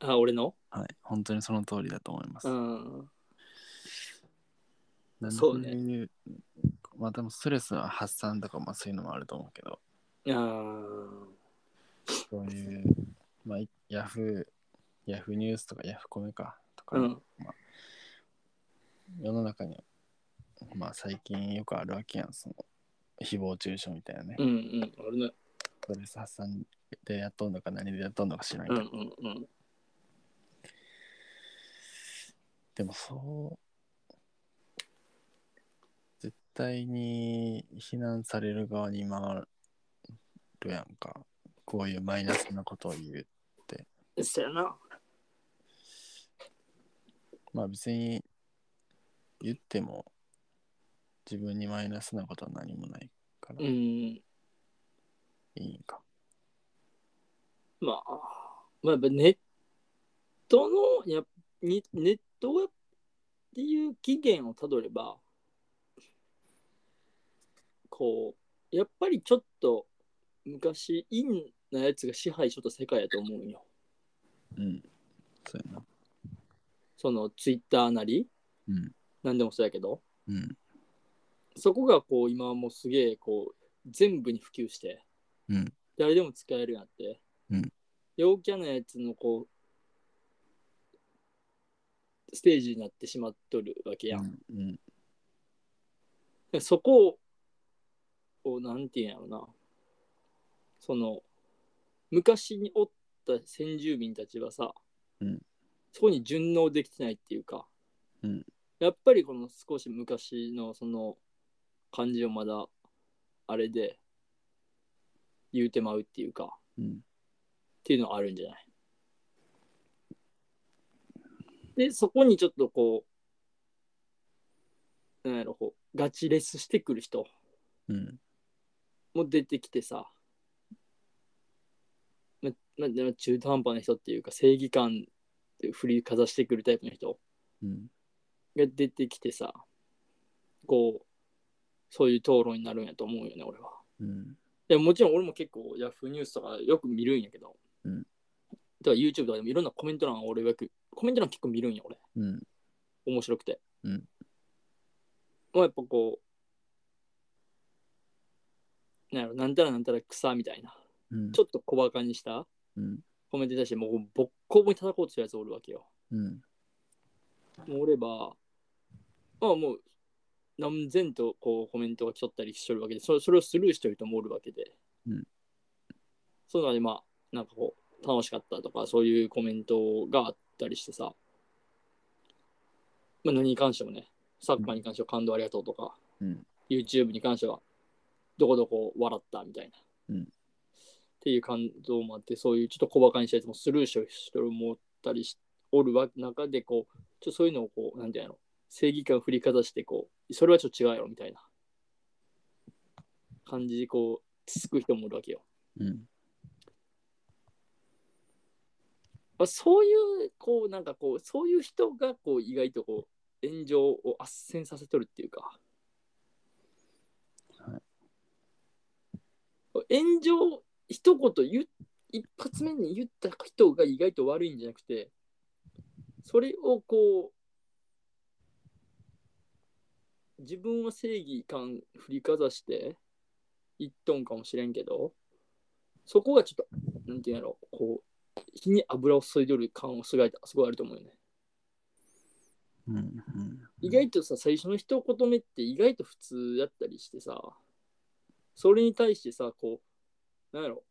S1: あ俺の
S2: はい、本当にその通りだと思います。
S1: うん
S2: なんで
S1: そうね
S2: こいまあでもストレスは発散とかまあそういうのもあると思うけど、
S1: あー
S2: そういう、まあ、ヤフー、ヤフーニュースとかヤフコメかとか、
S1: うん
S2: 世の中に、まあ最近よくあるわけやん、その誹謗中傷みたいなね、
S1: うんうん俺の
S2: ストレス発散でやっとんのか何でやっとんのか知らんけ
S1: うん
S2: ど、
S1: うんうん
S2: でもそう絶対に非難される側に回るやんかこういうマイナスなことを言う
S1: そやな
S2: まあ別に言っても自分にマイナスなことは何もないから
S1: う
S2: い
S1: ん
S2: いんか
S1: まあまあやっぱネットのやっにネットがっていう起源をたどればこうやっぱりちょっと昔陰なやつが支配しとった世界やと思うんよ
S2: うんそうやな
S1: そのツイッターなり
S2: うん
S1: 何でもそうやけど
S2: うん
S1: そこがこう今はもうすげえこう全部に普及して
S2: うん
S1: 誰でも使えるようになって、
S2: うん
S1: 陽キャなやつのこうステージになってしまっとるわけやん、
S2: うん
S1: でそこをなんていうんやろなその昔におった先住民たちはさ、
S2: うん
S1: そこに順応できてないっていうか、
S2: うん
S1: やっぱりこの少し昔のその感じをまだあれで言うてまうっていうか、
S2: う
S1: っ
S2: ん
S1: ていうのはあるんじゃないでそこにちょっとこうなんやろこうガチレスしてくる人
S2: うん
S1: も出てきてさままでも中途半端な人っていうか正義感で振りかざしてくるタイプの人
S2: うん
S1: が出てきてさこうそういう討論になるんやと思うよね俺は。
S2: うん
S1: でももちろん俺も結構 Yahoo ニュースとかよく見るんやけど、
S2: うん
S1: だから YouTube とかでもいろんなコメント欄を俺よく、コメント欄結構見るんや俺、
S2: うん。
S1: 面白くて。
S2: うん
S1: もうやっぱこう、なんやろ、なんたらなんたら草みたいな、
S2: うん。
S1: ちょっと小バカにした
S2: うん。
S1: コメントに対して、もうボッコボコに叩こうとするやつおるわけよ。
S2: うん。
S1: もうおれば、まあもう、何千とこうコメントが来とったりしとるわけで、そそれをスルーしてる人もおるわけで、
S2: うん
S1: その中でまあ、なんかこう、楽しかったとか、そういうコメントがあったりしてさ、まあ何に関してもね、サッカーに関しては感動ありがとうとか、
S2: うん
S1: YouTube に関しては、どこどこ笑ったみたいな。
S2: うん
S1: っていう感動もあって、そういうちょっと小馬鹿にしたやつもスルーしてる人もおったりしおるわ中で、こう、ちょっとそういうのをこう、なんていうの、正義感を振りかざして、こう、それはちょっと違うよみたいな感じで、こう、つつく人もいるわけよ。
S2: うん。
S1: まあ、そういう、こう、なんかこう、そういう人が、こう、意外とこう、炎上を斡旋させとるっていうか、
S2: は
S1: 炎上、一言言っ、一発目に言った人が意外と悪いんじゃなくて、それをこう、自分は正義感振りかざして言っとんかもしれんけど、そこがちょっと、なんていうんやろ、こう、火に油を注いでる感をすごいすごいあると思うよね。
S2: うん。うん。
S1: 意外とさ、最初の一言目って意外と普通やったりしてさ、それに対してさ、こう、なんやろ、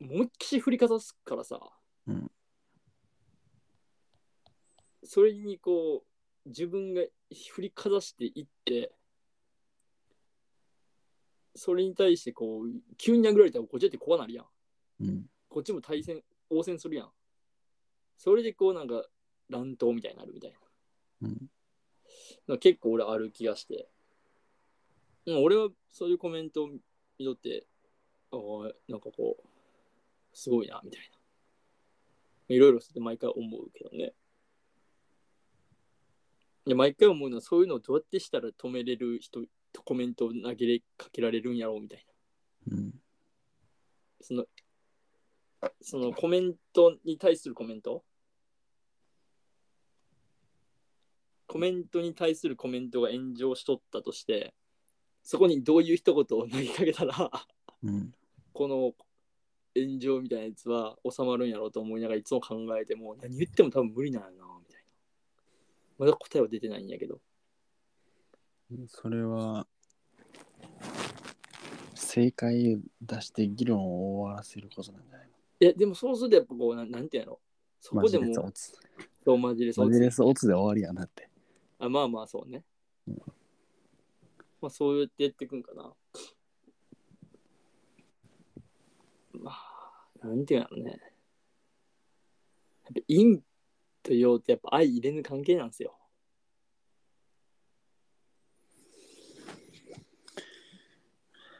S1: 思いっきり振りかざすからさ、
S2: うん
S1: それにこう、自分が振りかざしていって、それに対してこう、急に殴られたらこっちだって怖なるやん。
S2: うん。
S1: こっちも対戦、応戦するやん。それでこうなんか乱闘みたいになるみたいな。
S2: うん。
S1: なんか結構俺ある気がして。でも俺はそういうコメントを見とって、ああ、なんかこう、すごいな、みたいな。いろいろして毎回思うけどね。いや毎回思うのは、そういうのをどうやってしたら止めれる人、コメントを投げれかけられるんやろうみたいな。
S2: うん。
S1: その、そのコメントに対するコメントコメントに対するコメントが炎上しとったとして、そこにどういう一言を投げかけたら、
S2: うん。
S1: この炎上みたいなやつは収まるんやろうと思いながらいつも考えても、何言っても多分無理なんやな、みたいな。まだ答えは出てないんやけど。
S2: それは、正解を出して議論を終わらせることなんじゃないの
S1: いや、でもそうするとやっぱこう、なんなんていうんやろ。そこでも、
S2: マジレスオツ。
S1: そうマジレス
S2: マ
S1: 落
S2: ジ
S1: ち
S2: レスオツで終わりやなって。
S1: あまあまあそうね。
S2: うん
S1: まあそうやってやっていくんかな。まあ、なんていうのね。やっぱ陰と陽ってやっぱ相入れぬ関係なんですよ。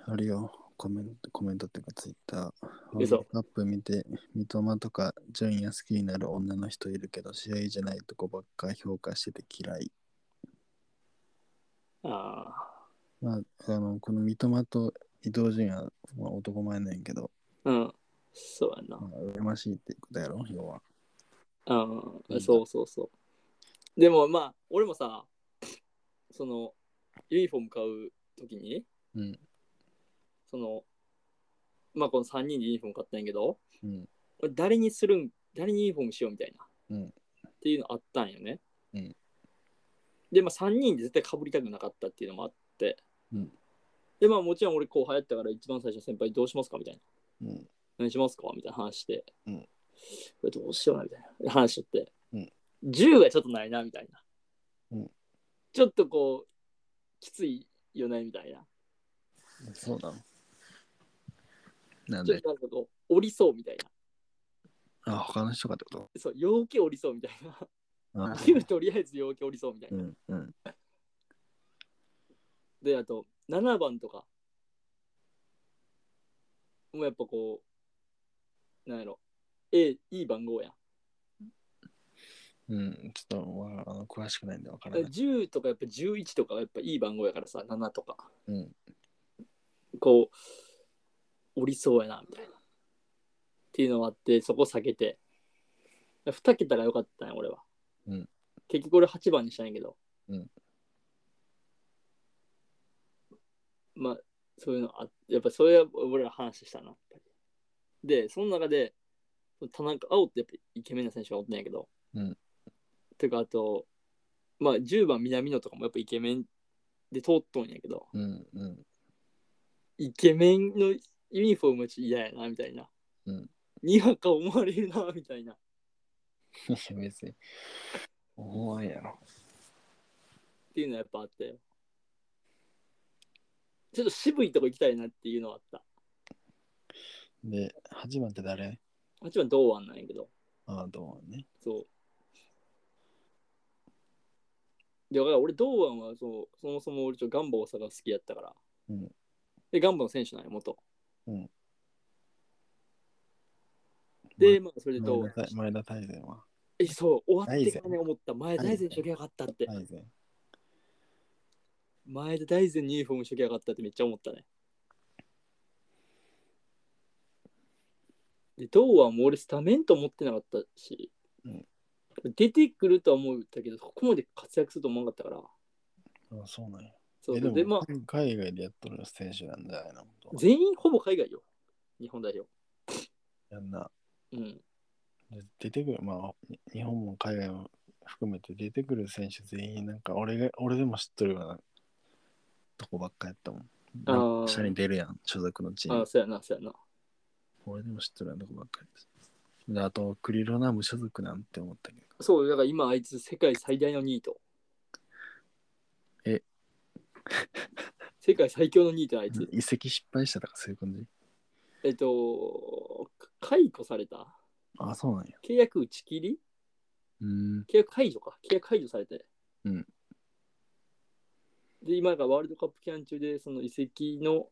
S2: あるよ。コメント、コメントっていうかツイッター。
S1: 嘘
S2: ワールドカップ見て、三笘とか順位が好きになる女の人いるけど、試合じゃないとこばっか評価してて嫌い。
S1: あ
S2: まあ、あの、この三笘と伊東純也は、まあ、男前なんやけど、
S1: あ、うん。そうやな
S2: まあ、。羨ましいっていうことやろ、要は。
S1: うん、そうそうそう。でもまあ、俺もさ、その、ユニフォーム買うときに、
S2: うん。
S1: その、まあこの3人でユニフォーム買ったんやけど、
S2: うん。
S1: これ誰にするん誰にユニフォームしようみたいな、
S2: うん
S1: っていうのあったんよね、
S2: うん
S1: でまあ3人で絶対かぶりたくなかったっていうのもあって、
S2: うん
S1: でまあもちろん俺後輩やったから一番最初の先輩どうしますかみたいな
S2: うん。
S1: 何しますかみたいな話して、
S2: うん
S1: これどうしようなみたいな話しとって、
S2: うん
S1: 10がちょっとないなみたいな、
S2: うん
S1: ちょっとこうきついよねみたいな
S2: そうだ。なん
S1: ちょっ
S2: で、
S1: となんかこう降りそうみたいな
S2: あ、他の人かってこと
S1: そう陽気降りそうみたいな
S2: あ
S1: 9とりあえず陽気降りそうみたいな、
S2: うん。うん。
S1: で、あと、7番とか。もうやっぱこう、なんやろ。え、いい番号やん。
S2: うん。ちょっと、わあの詳しくないんでわからない。
S1: 10とかやっぱ11とかはやっぱいい番号やからさ、7とか。
S2: うん。
S1: こう、降りそうやな、みたいな。っていうのがあって、そこ避けて。2桁が良かったね、俺は。
S2: うん
S1: 結局俺8番にしたんやけど。
S2: うん
S1: まあ、そういうのあやっぱそれは俺ら話したな。やっぱりで、その中で、田中青ってやっぱイケメンな選手がおったんやけど。
S2: うん
S1: てか、あと、まあ10番南野とかもやっぱイケメンで通っとんやけど。
S2: うんうん
S1: イケメンのユニフォームはちょっと嫌やなみたいな、
S2: うん、
S1: にわか思われるなみたいない
S2: や別に思わんやろ
S1: っていうのはやっぱあってちょっと渋いとこ行きたいなっていうのはあった
S2: で8番って誰
S1: 8番堂安なんやけど
S2: ああどうね
S1: そうでだから俺堂安はそうそもそも俺ちょっとガンバ大阪が好きやったから、
S2: うん
S1: でガンバの選手なんや元
S2: うん
S1: で、まあ、それで堂
S2: 前
S1: 安
S2: 田大前田大然は
S1: え、そう、終わってからね思った。前田大然しときゃよかったって。
S2: 大然
S1: 前田大然にユニフォームしときゃよかったってめっちゃ思ったね。で、堂安も俺スタメンと思ってなかったし、
S2: うん
S1: 出てくるとは思ったけど、ここまで活躍すると思わなかったから。
S2: ああそうなんや
S1: そう
S2: え
S1: で
S2: で
S1: ま
S2: も
S1: あ、
S2: 海外でやっとる選手なんじゃないの
S1: 全員ほぼ海外よ。日本代表。
S2: やんな
S1: うん。
S2: で出てくるまあに日本も海外も含めて出てくる選手全員なんか俺が俺でも知っとるようなとこばっかやったもん
S1: あー
S2: 下に出るやん所属のチー
S1: あ
S2: ム
S1: あ、そうやな、そうやな。
S2: 俺でも知っとるようなとこばっかりです。であと、クリロナ無所属なんて思ったけど。
S1: そう、だから今あいつ世界最大のニート。
S2: え
S1: 世界最強のニートあいつ。
S2: 移籍失敗したとかそういう感じ
S1: えっと、か解雇された
S2: あ、そうなんや。
S1: 契約打ち切り
S2: うーん。
S1: 契約解除か。契約解除されて。
S2: うん
S1: で、今がワールドカップ期間中で、その移籍の、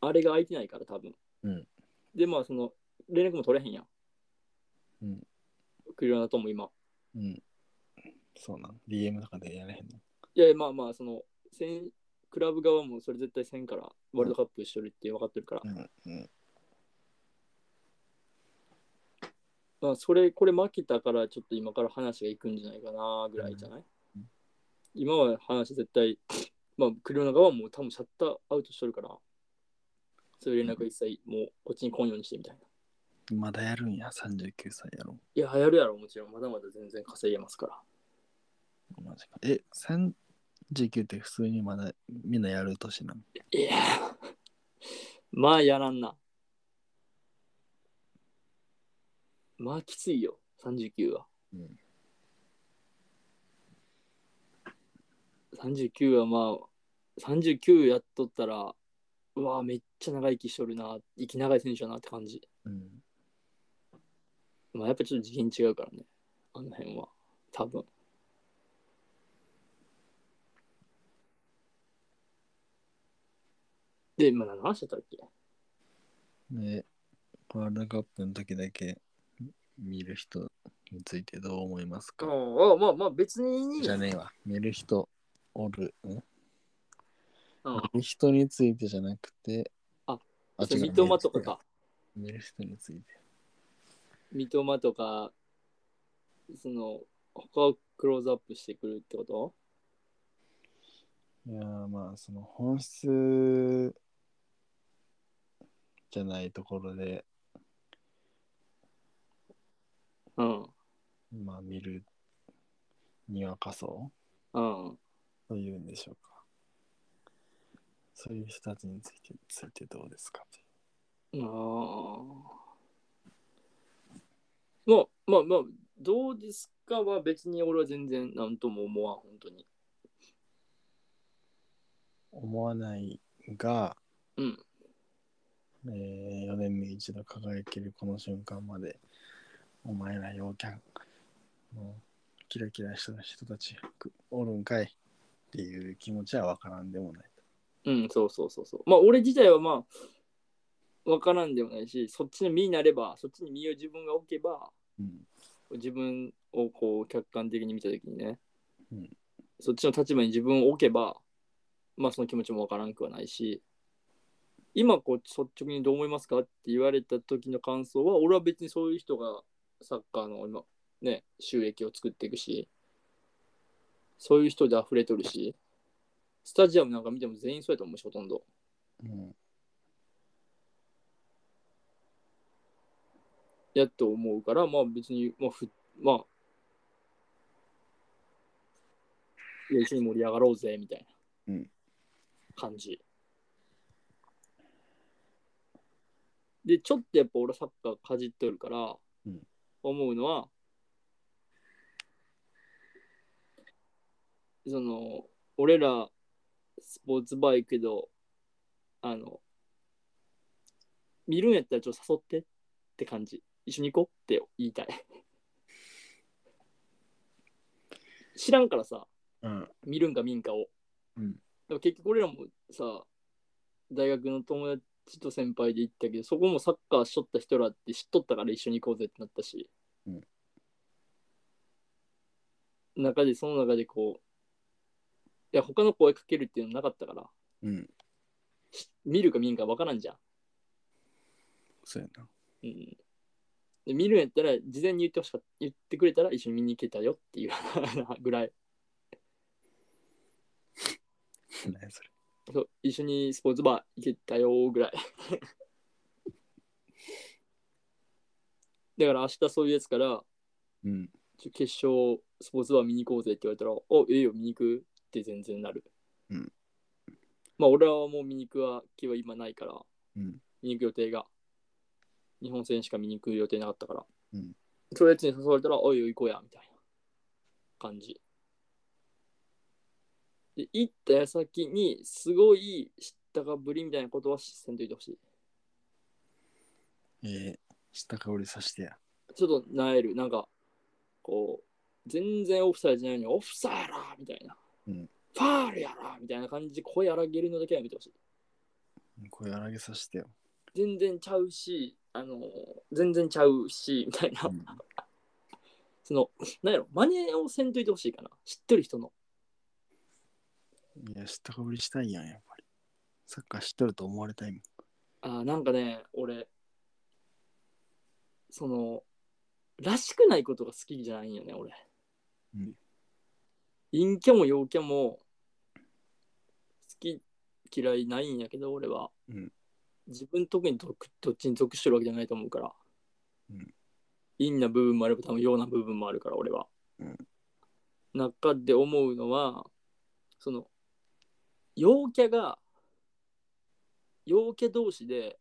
S1: あれが空いてないから、多分。
S2: うん
S1: で、まあ、その、連絡も取れへんやん。
S2: うん。
S1: クリオナとも今。
S2: うん。そうなん。DM とかでやれへんの。
S1: いやいや、まあまあ、その、せんクラブ側もそれ絶対せんから、ワールドカップしとるって分かってるから、
S2: うん。うん。
S1: まあ、それ、これ負けたから、ちょっと今から話がいくんじゃないかな、ぐらいじゃない、
S2: うん
S1: 今は話絶対、 まあ、クリオナ側も多分シャッターアウトしとるから、そういう連絡一切、もう、こっちに来んようにしてみたいな。
S2: まだやるんや、39歳やろ。
S1: いや、流行るやろ、もちろん。まだまだ全然稼げますから。
S2: マジか。え、39って普通にまだみんなやる年なの。
S1: いや、まあ、やらんな。まあ、きついよ、39は。
S2: うん
S1: 39はまあ、39やっとったら、うわ、めっちゃ長生きしとるな、生き長い選手だなって感じ。
S2: うん。
S1: まあ、やっぱちょっと次元違うからね、あの辺は、多分。で、今何の話だったっけ
S2: で、ワールドカップの時だけ見る人についてどう思います
S1: あ
S2: か、
S1: あ、まあまあ別にいい
S2: じ
S1: よ
S2: ゃねえわ。見る人おる。ん
S1: うん
S2: 人についてじゃなくて、
S1: あ、
S2: 違う
S1: 三笘とかか。。
S2: 見る人について。
S1: 三笘とか、その、他をクローズアップしてくるってこと
S2: いやーまあ、その本質じゃないところで、
S1: うん。
S2: まあ見るにわか層
S1: うん。
S2: というんでしょうか。そういう人たちについてついてどうですか
S1: ああ。まあまあまあ、どうですかは別に俺は全然何とも思わん、本当に。
S2: 思わないが、
S1: うん。
S2: えー、4年に一度輝けるこの瞬間まで、お前ら陽キャン、もうキラキラした人たちくおるんかいっていう気持ちはわからんでもない。
S1: うん、そうそうそうそう。まあ、俺自体はまあ、わからんでもないし、そっちの身になれば、そっちに身を自分が置けば、
S2: うん、
S1: 自分をこう客観的に見たときにね、
S2: うん
S1: そっちの立場に自分を置けば、まあその気持ちもわからんくはないし、今こう率直にどう思いますかって言われた時の感想は俺は別にそういう人がサッカーの今ね収益を作っていくしそういう人で溢れとるしスタジアムなんか見ても全員そうやと思うしほとんど
S2: うん。
S1: やと思うからまあ別にまあふまあいや一緒に盛り上がろうぜみたいな
S2: うん
S1: 感じ、でちょっとやっぱ俺サッカーかじってるから、
S2: うん
S1: 思うのはその俺らスポーツバイクどあの見るんやったらちょっと誘ってって感じ一緒に行こうって言いたい知らんからさ
S2: うん。
S1: 見るんか見んかを、
S2: うん
S1: でも結局俺らもさ大学の友達と先輩で行ったけどそこもサッカーしとった人らって知っとったから一緒に行こうぜってなったし、
S2: うん
S1: 中でその中でこういや他の声かけるっていうのなかったから
S2: うん。
S1: し見るか見んか分からんじゃん、
S2: そうやな。
S1: うん、で見るんやったら事前に言ってほしかった言ってくれたら一緒に見に行けたよっていうぐらい
S2: 何やそれ。
S1: そう一緒にスポーツバー行けたよぐらいだから明日そういうやつから
S2: うん。
S1: ちょ決勝スポーツバー見に行こうぜって言われたら「おええよ見に行く」って全然なる、
S2: うん
S1: まあ俺はもう見に行くは気は今ないから
S2: うん。
S1: 見に行く予定が日本戦しか見に行く予定なかったから、
S2: うん
S1: そういうやつに誘われたら「おいおい行こうや」みたいな感じで行った矢先にすごい知ったかぶりみたいなことはせんといてほしい
S2: ええ下かぶりさしてや。
S1: ちょっとなえるなんかこう全然オフサイドじゃないのにオフサイドやろみたいな、
S2: うん
S1: ファールやろみたいな感じで声荒げるのだけはやめてほしい
S2: これ荒げさしてよ。
S1: 全然ちゃうしあの全然ちゃうしみたいな、
S2: うん
S1: そのなんやろ真似をせんといてほしいかな知ってる人の
S2: いや、下かぶりしたいやん、やっぱり。サッカー知っとると思われたいもん。
S1: あーなんかね俺そのらしくないことが好きじゃないんよね俺、
S2: うん
S1: 陰キャも陽キャも好き嫌いないんやけど俺は、
S2: うん
S1: 自分特にどどっちに属してるわけじゃないと思うから、
S2: うん
S1: 陰な部分もあれば多分陽な部分もあるから俺は、
S2: うん
S1: 中で思うのはその陽キャが陽キャ同士で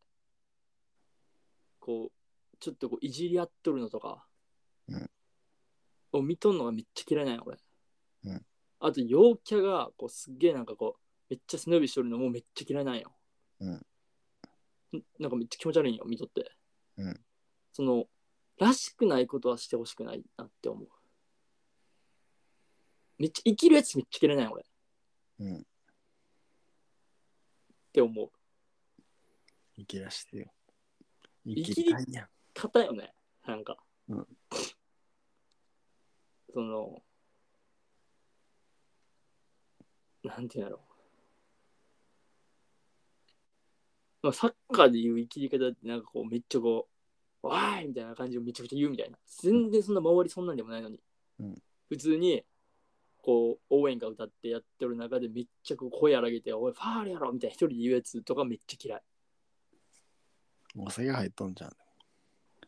S1: こうちょっとこういじり合っとるのとか、
S2: うん
S1: を見とんのがめっちゃ嫌いなんや俺、
S2: うん
S1: あと陽キャがこうすっげえなんかこうめっちゃ背伸びしとるのもめっちゃ嫌いなんよ、
S2: うん
S1: んなんかめっちゃ気持ち悪いんよ見とって、
S2: うん
S1: そのらしくないことはしてほしくないなって思うめっちゃ生きるやつめっちゃ嫌いなんよ俺っ
S2: うん。
S1: て思う
S2: 生きらしてよ。
S1: 生
S2: 生
S1: き
S2: きたいやん。
S1: 方よねなんか、
S2: うん
S1: そのなんていうんだろう、まあ、サッカーでいう生きり方ってなんかこうめっちゃこう「わーい!」みたいな感じをめちゃくちゃ言うみたいな全然そんな周りそんなんでもないのに、
S2: うん
S1: 普通にこう応援歌歌ってやってる中でめっちゃこう声荒げて「おいファールやろ!」みたいな一人で言うやつとかめっちゃ嫌い
S2: お酒入っとんじゃん。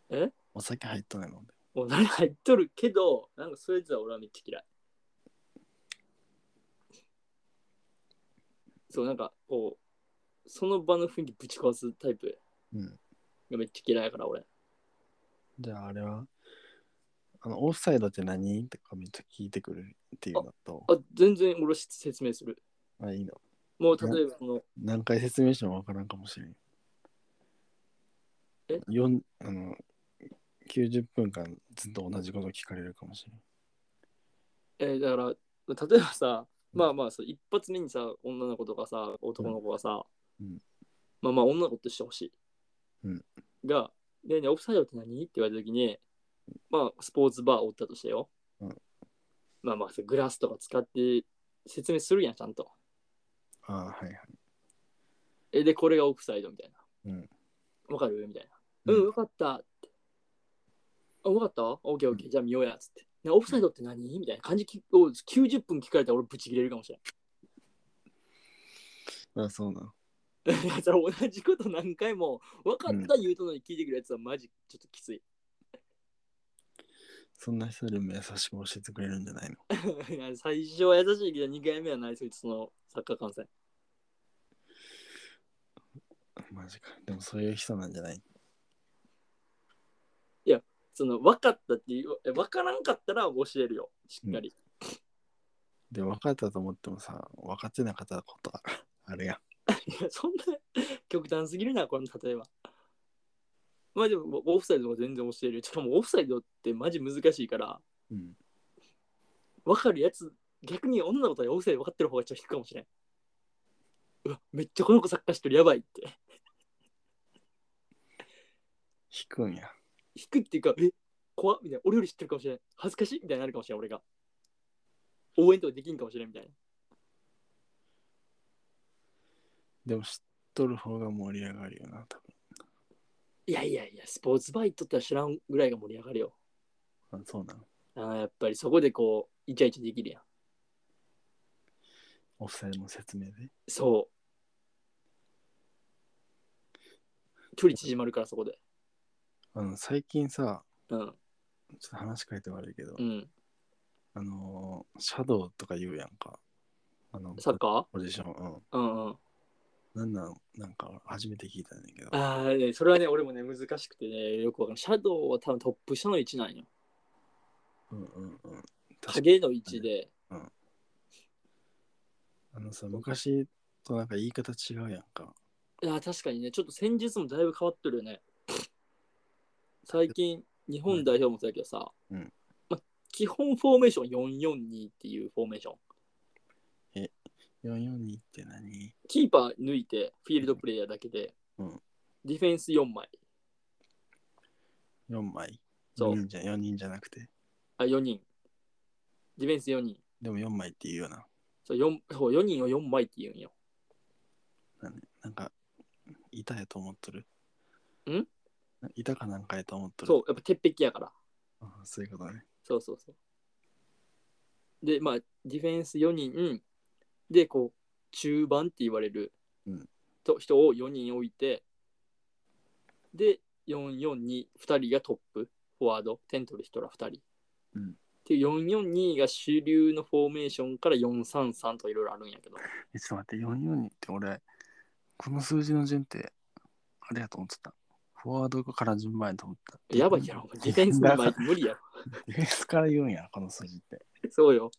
S1: え
S2: お酒入っとんやろ。
S1: もう誰入っとるけど、なんかそういうやつは俺はめっちゃ嫌い。そう、なんかこう、その場の雰囲気ぶち壊すタイプ
S2: うん。
S1: がめっちゃ嫌いやから俺。
S2: じゃああれは、あの、オフサイドって何とかめっちゃ聞いてくるっていうのと、
S1: あ、全然俺は説明する。
S2: あいいの。
S1: もう例えばその、
S2: 何回説明してもわからんかもしれん。
S1: え
S2: よんあの ?90 分間ずっと同じこと聞かれるかもし
S1: えーだから、例えばさ、まあまあそう、一発目にさ、女の子とかさ、男の子がさ、
S2: うん
S1: まあまあ女の子としてほしい。
S2: うん
S1: が、でね、オフサイドって何って言われた時に、まあ、スポーツバーをおったとしてよ。
S2: うん
S1: まあまあ、グラスとか使って説明するやん、ちゃんと。
S2: れん。ああ、はいはい。
S1: え、で、これがオフサイドみたいな。
S2: うん
S1: わかるみたいな。
S2: う
S1: うんん、わかったって。あ、わかったオッケーオッケー、じゃあ見ようや、つって。なオフサイドって何みたいな感じきを90分聞かれたら俺ブチ切れるかもしれ
S2: あ、そうなの。
S1: ない。いや、それ同じこと何回も、わかった言うとのに聞いてくるやつはマジちょっときつい。
S2: そんな人でも優しく教えてくれるんじゃないの
S1: いや最初は優しいけど、2回目はない、そいつのサッカー観戦。
S2: マジか。でもそういう人なんじゃない
S1: その、分かったっていう、え分からんかったら教えるよ、しっかり。
S2: で、分かったと思ってもさ、分かってなかったことは あれやん。
S1: いや、そんな極端すぎるな、この例えば。まあでも、オフサイドとか全然教えるよ。しかも、オフサイドってマジ難しいから、
S2: うん。
S1: 分かるやつ、逆に女の子とかオフサイド分かってる方がちょっと引くかもしれん。うわ、めっちゃこの子サッカーしてる、やばいって。
S2: 引くんや。
S1: 引くっていうか、え、怖っみたいな。俺より知ってるかもしれん。恥ずかしいみたいになるかもしれん、俺が。応援とかできんかもしれんみたいな。
S2: でも知っとる方が盛り上がるよな、多
S1: いやいやいや、スポーツバイトって知らんぐらいが盛り上がるよ。
S2: 分。あ、そうなの。
S1: あーやっぱりそこでこう、イチャイチャできるやん。
S2: オフサイドの説明で。
S1: そう。距離縮まるからそこで。
S2: あの、最近さ、
S1: うん。
S2: ちょっと話変えて悪いけど、
S1: うん。
S2: あのー、シャドウとか言うやんか。あの、
S1: サッカ
S2: ポジション。うん。
S1: ーうんうん。
S2: なんなん、なんか初めて聞いたんだけど。
S1: ああ、ね、それはね、俺もね、難しくてね、よくわかんない。シャドウは多分トップ下の位置なんよ。
S2: うんうんうん。確かに
S1: 影の位置で。
S2: あのさ、昔となんか言い方違うやんか。
S1: ああ、確かにね、ちょっと戦術もだいぶ変わってるよね。最近、日本代表もそうやけどさ、
S2: うん
S1: ま、基本フォーメーション442っていうフォーメーション。
S2: 442って何
S1: キーパー抜いて、フィールドプレイヤーだけで、
S2: うん
S1: ディフェンス4枚。
S2: ?4 枚
S1: そう
S2: 4人じゃ ?4 人じゃなくて。
S1: あ、4人。ディフェンス4人。
S2: でも4枚って言うよな。
S1: そう、4, そう4人を4枚って言うんよ。
S2: なんなんか、いたやと思っとる。
S1: ん
S2: いたかなんかやと思っとる。
S1: そう、やっぱ鉄壁やから。
S2: あそういうことね。
S1: そうそうそう。で、まあ、ディフェンス4人で、こう、中盤って言われる、
S2: うん
S1: と人を4人置いて、で、442、2人がトップ、フォワード、点取る人ら2人。
S2: うん
S1: っていう442が主流のフォーメーションから433といろいろあるんやけど。
S2: え、ちょっと待って、442って俺、この数字の順って、あれやと思ってた。フォワードから順番やと思ってた。
S1: やばいやろ、ディフェンスの 前って無理やろ。
S2: ディフェンスから言うんや、この数字って。
S1: そうよ。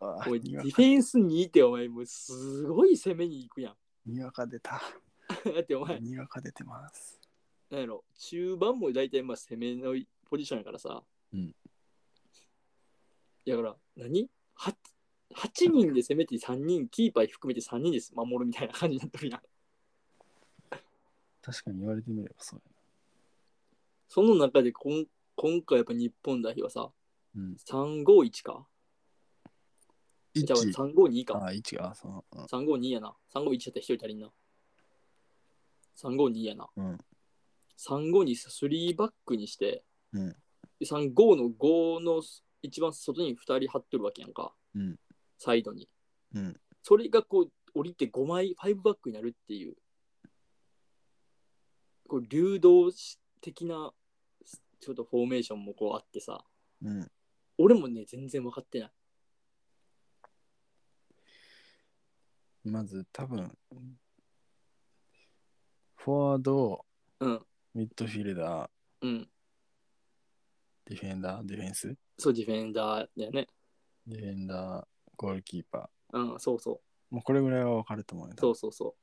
S2: あ
S1: おいデ
S2: にわ
S1: ィフェンス2ってお前もうすごい攻めに行くやん。
S2: にわか出た。
S1: だってお前、
S2: にわか出てます。
S1: なんやろ、中盤も大体まあ攻めのポジションやからさ。
S2: うん。
S1: だから何、八 ?8 人で攻めて3人、キーパー含めて3人です守るみたいな感じになってるやん。
S2: 確かに言われてみればそう
S1: その中でこん今回やっぱ日本代表はさ、
S2: や。うん。
S1: 351かじゃあ
S2: 1。
S1: 352か。
S2: あ、1が、その、うん
S1: 352やな。351やったら1人足りんな。352やな。
S2: うん
S1: 352、3バックにして、
S2: うん
S1: で35の5の一番外に2人張ってるわけやんか。
S2: うん
S1: サイドに。
S2: うん
S1: それがこう降りて5枚、5バックになるっていう。こう流動的なちょっとフォーメーションもこうあってさ、
S2: うん。
S1: 俺もね、全然分かってない。
S2: まず、多分、フォワード、
S1: うん、
S2: ミッドフィルダー、
S1: うん。
S2: ディフェンダー、ディフェンス、
S1: そう、ディフェンダーだよね。
S2: ディフェンダー、ゴールキーパー。
S1: うん、そうそう。
S2: もうこれぐらいは分かると思うね。
S1: そうそうそう。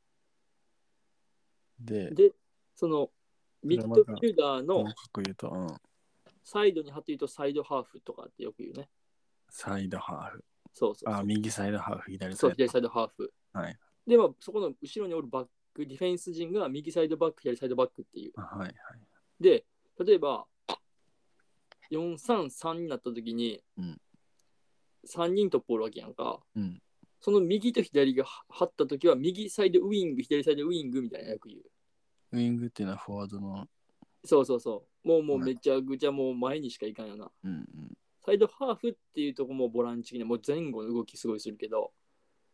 S2: で、
S1: で、そのミッドフィルダー
S2: 細
S1: の
S2: かく言うと、うん、
S1: サイドに張っているとサイドハーフとかってよく言うね。
S2: サイドハーフ。
S1: そうそう
S2: あ、
S1: そう。
S2: 右サイドハーフ、左サ
S1: そう
S2: イド
S1: 左サイドハーフ。
S2: はい。
S1: で、まあ、そこの後ろにおるバック、ディフェンス陣が右サイドバック、左サイドバックっていう。
S2: あはいはい。
S1: で、例えば、4-3-3になった時に、
S2: うん
S1: 3人トップおるわけやんか。
S2: うん。
S1: その右と左が張った時は、右サイドウイング、左サイドウイングみたいなよく言う。
S2: ウィングっていうのはフォワードの、
S1: そうそうそう。もうもう
S2: うん
S1: めちゃくちゃもう前にしか行かんよな。
S2: うんうん、
S1: サイドハーフっていうとこもボランチ的な、もう前後の動きすごいするけど、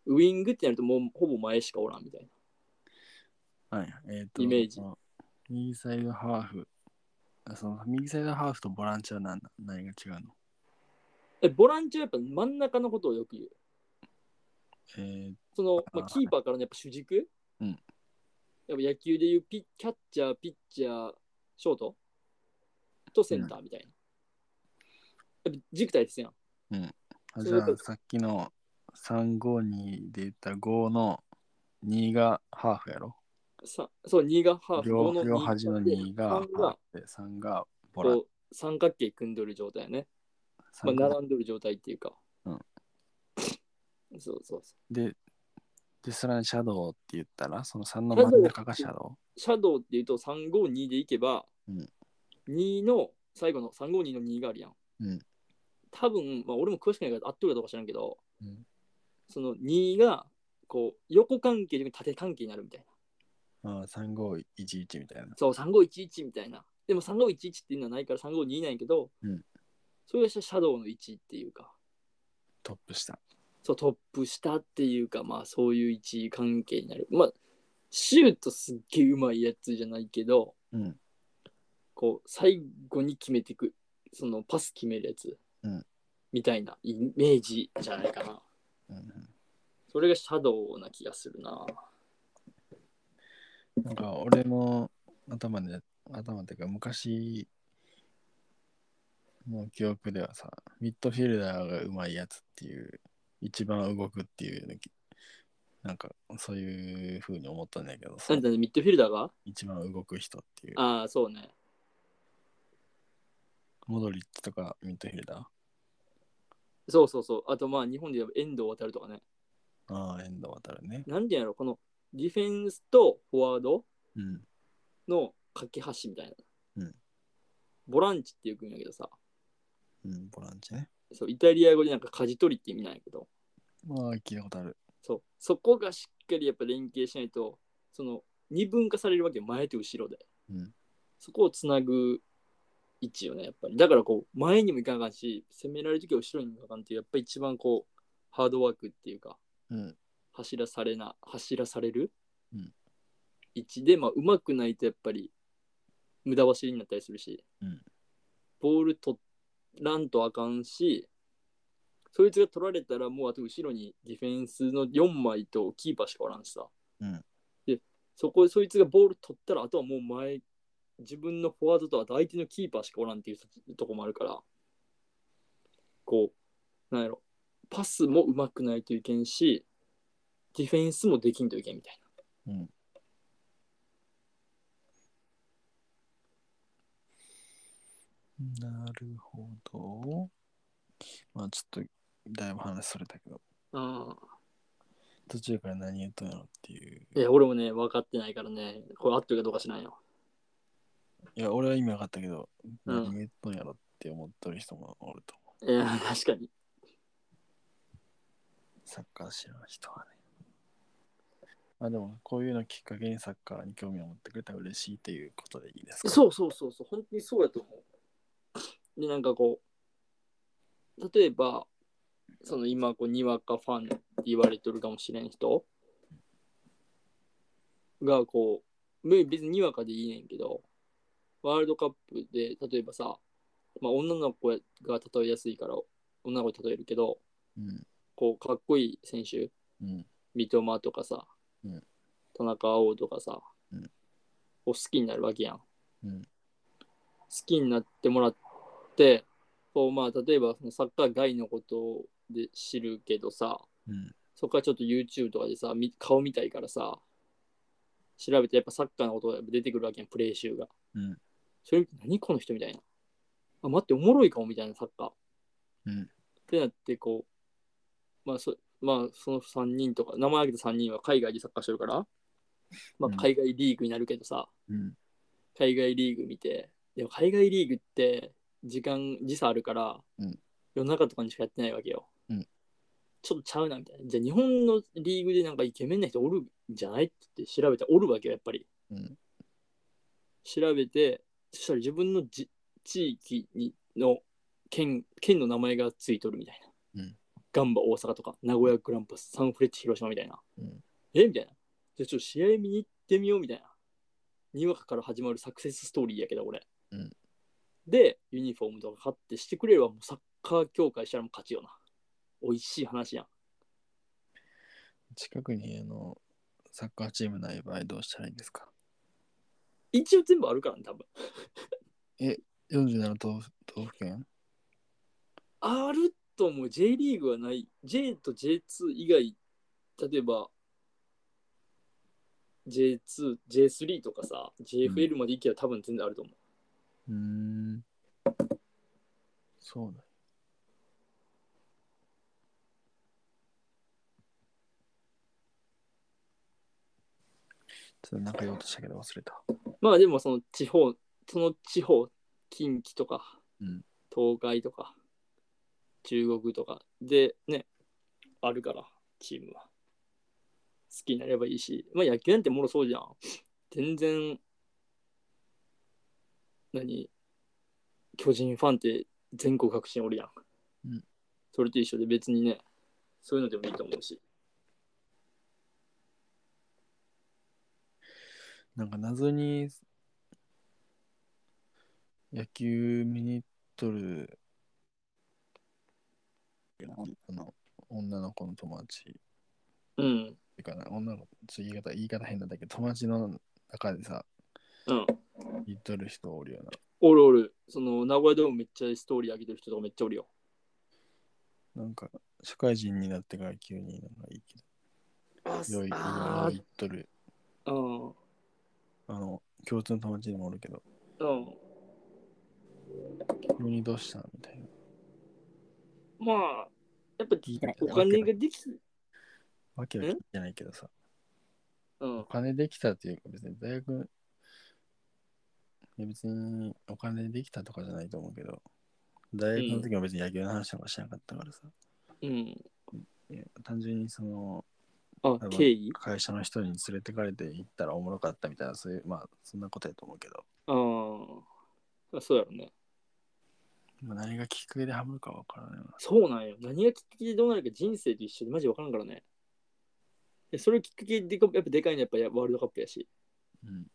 S1: ウイングってなるともうほぼ前しかおらんみたいな。
S2: はい、えっ、と、
S1: イメージ
S2: 右サイドハーフ。あその右サイドハーフとボランチは何だ何が違うの
S1: え、ボランチはやっぱ真ん中のことをよく言う。
S2: えー、
S1: その、まあ、
S2: あー
S1: キーパーからのやっぱ主軸、
S2: うん
S1: やっぱ野球でいうピッキャッチャー、ピッチャー、ショートとセンターみたいな。やっぱ軸体ですやん。
S2: あ
S1: そ
S2: じ
S1: うい
S2: ゃ
S1: うこと
S2: あさっきの352で言った5の2がハーフやろ
S1: さそう、2がハーフ、
S2: 両
S1: 5の
S2: 両端の2がハ
S1: 3が
S2: ーフで3がボランチ。
S1: こう三角形組んどる状態やね。まあ、
S2: 三角
S1: 並んどる状態っていうか。
S2: う
S1: そうそうそう。
S2: で、で、さらにシャドウって言ったら、その3の
S1: シャドウ
S2: 真ん中がシャド
S1: シャドウっていうと352でいけば、
S2: うん
S1: 2の最後の352の2があるやん。
S2: うん
S1: 多分、まあ、俺も詳しくないから合っとるかどうか知らんけど、
S2: うん
S1: その2がこう横関係で縦関係になるみたいな。
S2: ウああ ?3511 みたいな。
S1: そう、3511みたいな。でも3511っていうのはないから352なんやけど、
S2: うん
S1: それがシャドウの1っていうか、
S2: トップ下。
S1: そうトップ下っていうか、まあそういう位置関係になる。まあ、シュートすっげえうまいやつじゃないけど、
S2: うん。
S1: こう最後に決めていくそのパス決めるやつ、
S2: うん
S1: みたいなイメージじゃないかな
S2: うん
S1: それがシャドウな気がするな
S2: なんか俺の頭で、頭っていうか昔の記憶ではさ、ミッドフィルダーがうまいやつっていう、一番動くっていうのき、なんかそういう風に思ったんだけどさ
S1: なん、でミッドフィルダーが
S2: 一番動く人っていう、
S1: ああそうね
S2: モドリッチとかミッドフィルダー
S1: そうそうそうあとまあ日本で言えば遠藤航とかね
S2: ああ、遠藤渡るね。
S1: なんていうんやろこのディフェンスとフォワード
S2: うん。
S1: の架け橋みたいな、
S2: うん
S1: ボランチっていうんやけどさ
S2: うん、ボランチね。
S1: そうイタリア語でなんか舵取りって意味なんやけど
S2: まあ、聞いたことある。
S1: そうそこがしっかりやっぱ連携しないとその二分化されるわけよ前と後ろで、
S2: うん
S1: そこをつなぐ位置よねやっぱりだからこう前にもいかなあかんし攻められる時は後ろにもいかなあかんっていうやっぱ一番こうハードワークっていうか
S2: うん。
S1: 走らされな走らされる
S2: うん
S1: 位置で、まあうまくないとやっぱり無駄走りになったりするし、
S2: うん
S1: ボール取らんとあかんしそいつが取られたらもうあと後ろにディフェンスの4枚とキーパーしかおらんしさ、
S2: うん
S1: でそこそいつがボール取ったらあとはもう前自分のフォワードとあと相手のキーパーしかおらんっていうとこもあるからこうなんやろパスもうまくないといけんし、ディフェンスもできんといけんみたいな。
S2: うんなるほど。まあ、ちょっと、だいぶ話それたけど、
S1: ああ。
S2: 途中から何言ったんやろっていう。
S1: いや、俺もね、分かってないからね、これ合ってるかどうかしないよ。
S2: いや、俺は今分かったけど、
S1: うん
S2: 何言ったんやろって思ってる人もおると思
S1: いや、 確かに。
S2: う。サッカー知らん人はね。まあ、でも、こういうのきっかけにサッカーに興味を持ってくれたら嬉しいということでいいですか
S1: そうそうそうそう、本当にそうやと思う。で、なんかこう、例えば、その今、こう、にわかファンって言われてるかもしれん人が、こう、め別ににわかでいいねんけど、ワールドカップで、例えばさ、まあ、女の子が例えやすいから、女の子に例えるけど、
S2: うん。
S1: こう、かっこいい選手、
S2: うん。
S1: 三笘とかさ、
S2: うん
S1: 田中碧とかさ、
S2: うん
S1: を好きになるわけやん。
S2: うん
S1: 好きになってもらって、こうまあ、例えばそのサッカー外のことで知るけどさ、
S2: うん。
S1: そこからちょっと YouTube とかでさ、み顔見たいからさ、調べてやっぱサッカーのことが出てくるわけやん、プレイ集が。
S2: うん
S1: それ見て、何この人みたいな。あ、待って、おもろいかもみたいなサッカー。
S2: うん
S1: ってなって、こう、まあそ、まあ、その3人とか、名前挙げた3人は海外でサッカーしてるから、ま
S2: うん
S1: あ、海外リーグになるけどさ、
S2: うん。
S1: 海外リーグ見て、でも海外リーグって時間、時差あるから、
S2: うん
S1: 夜中とかにしかやってないわけよ。
S2: うん
S1: ちちょっとちゃうなみたいな。じゃあ日本のリーグでなんかイケメンな人おるんじゃないって言って調べたらおるわけよ、やっぱり。
S2: うん
S1: 調べて、そしたら自分のじ地域にの県県の名前がついとるみたいな。
S2: うん
S1: ガンバ大阪とか、名古屋グランパス、サンフレッチェ広島みたいな。
S2: うん
S1: えみたいな。じゃあちょっと試合見に行ってみようみたいな。にわかから始まるサクセスストーリーやけど、俺。
S2: うん
S1: で、ユニフォームとか買ってしてくれれば、もうサッカー協会したらもう勝ちよな。美味しい話やん。
S2: 近くにあのサッカーチームない場合どうしたらいいんですか
S1: 一応全部あるからね、多分。
S2: 47都道府県
S1: あると思う。J リーグはない。J と J2 以外、例えば、J2、J3 とかさ、JFL まで行けば多分全然あると思う。
S2: うーんそうだちょっとなんか言おうとしたけど忘れた。
S1: まあでもその地方、その地方、近畿とか、
S2: うん
S1: 東海とか、中国とかでね、あるから、チームは。好きになればいいし、まあ野球なんてもろそうじゃん。全然、何、巨人ファンって全国各地におるやん。
S2: うん
S1: それと一緒で別にね、そういうのでもいいと思うし。
S2: なんか謎に野球見に行っとるあの女の子の友達って
S1: うん、
S2: いうかな女の子ちょっと言い方言い方変なんだけど友達の中でさ
S1: うん。
S2: 行っとる人おるよ
S1: おるおる、その名古屋ドームめっちゃストーリー上げてる人とかめっちゃおるよ。
S2: ななんか社会人になってから急になんかいいけ
S1: あ
S2: どよい
S1: あ
S2: 行っとる
S1: ーうん
S2: あの共通の友達にもおるけど
S1: うん
S2: 急にどうしたみたいな
S1: まあやっぱ
S2: 聞いてない
S1: お金ができ
S2: わけは聞いてないけどさ
S1: うん
S2: お金できたっていうか別に大学いや別にお金できたとかじゃないと思うけど大学の時は別に野球の話とかしなかったからさ、
S1: うん
S2: いや単純にその
S1: あ
S2: 分
S1: 経緯
S2: 会社の人に連れてかれて行ったらおもろかったみたいなそういうまあそんなことやと思うけど、
S1: あーあそうやろね
S2: まあ、何がきっかけでハマるかわからないよな
S1: そうなんよ何がきっかけでどうなるか人生と一緒でマジ分からんからねでそれをきっかけでかやっぱでかいのはやっぱワールドカップやし
S2: うん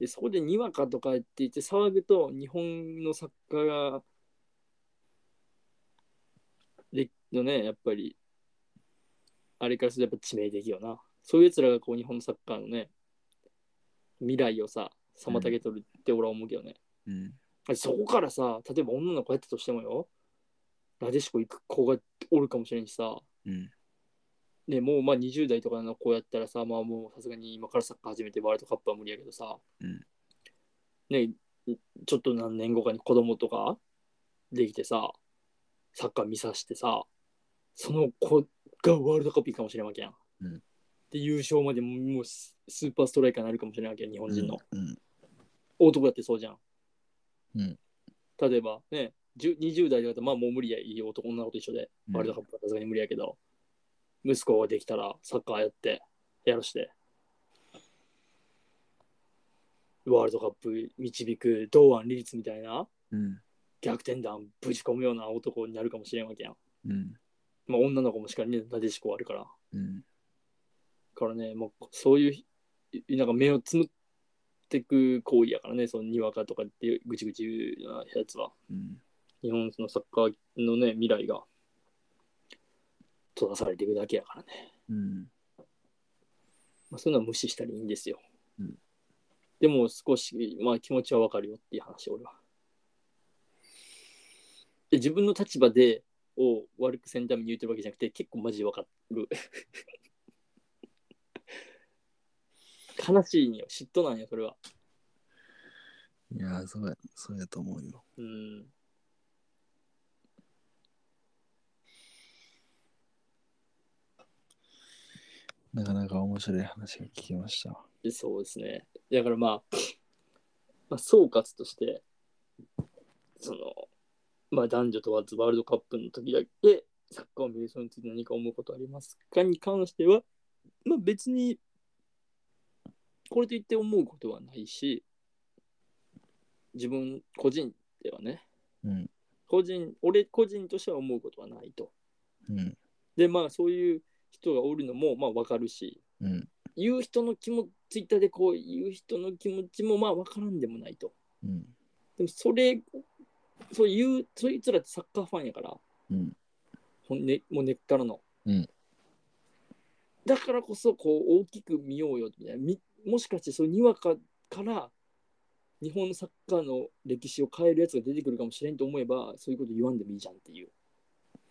S1: でそこでにわかとかって言って騒ぐと日本のサッカーがでのねやっぱりあれからするとやっぱ致命的よなそういうやつらがこう日本のサッカーのね未来をさ妨げとるって俺は思うけどね、
S2: うん
S1: そこからさ例えば女の子やったとしてもよなでしこ行く子がおるかもしれんしさ
S2: うん
S1: ね、もうまあ20代とかの子やったらさ、まあもうさすがに今からサッカー始めてワールドカップは無理やけどさ、
S2: うん
S1: ね、ちょっと何年後かに子供とかできてさ、サッカー見さしてさ、その子がワールドカップ行くかもしれんわけやん。
S2: うん
S1: で、優勝までももうススーパーストライカーになるかもしれんわけやん、日本人の。
S2: うん
S1: 男だってそうじゃん。
S2: うん
S1: 例えばね、10 20代だとまあもう無理や、いい男女の子と一緒で。
S2: うん
S1: ワールドカップはさすがに無理やけど、息子ができたらサッカーやって、やらして、ワールドカップ導く堂安利率みたいな
S2: うん
S1: 逆転弾ぶち込むような男になるかもしれんわけやん。
S2: うん
S1: まあ、女の子もしっかりね、なでしこあるから。
S2: うん
S1: からね、もうそういうい、なんか目をつむってく行為やからね、そのにわかとかっていうぐちぐち言うようなやつは。
S2: うん
S1: 日本のサッカーのね、未来が閉ざされていくだけやからね。
S2: うん
S1: まあ、そういうのは無視したらいいんですよ。
S2: うん
S1: でも少し、まあ、気持ちはわかるよっていう話、俺は。で自分の立場でを悪くせんために言ってるわけじゃなくて、結構マジでわかる。 悲しいによ、嫉妬なんよ、それは。
S2: いやーそうやそうやと思うよ
S1: うん。
S2: なかなか面白い話が聞きました
S1: でそうですね。だからまあ、まあ、総括として、その、まあ男女問わずワールドカップの時だけサッカーを見る人について何か思うことありますかに関しては、まあ別に、これといって思うことはないし、自分個人ではね、
S2: うん。
S1: 個人、俺個人としては思うことはないと。
S2: うん。
S1: で、まあそういう人がおるのも、まあわかるし、
S2: うん。
S1: 言う人の気持ち、ツイッターでこう言う人の気持ちもまあわからんでもないと。
S2: うん。
S1: でもそれ、そういう、そいつらってサッカーファンやから、
S2: うん。
S1: ほんね、もう根っからの。
S2: うん
S1: だからこそ、こう、大きく見ようよ、みたいな。みもしかして、そう、にわかから、日本のサッカーの歴史を変えるやつが出てくるかもしれんと思えば、そういうこと言わんでもいいじゃんっていう。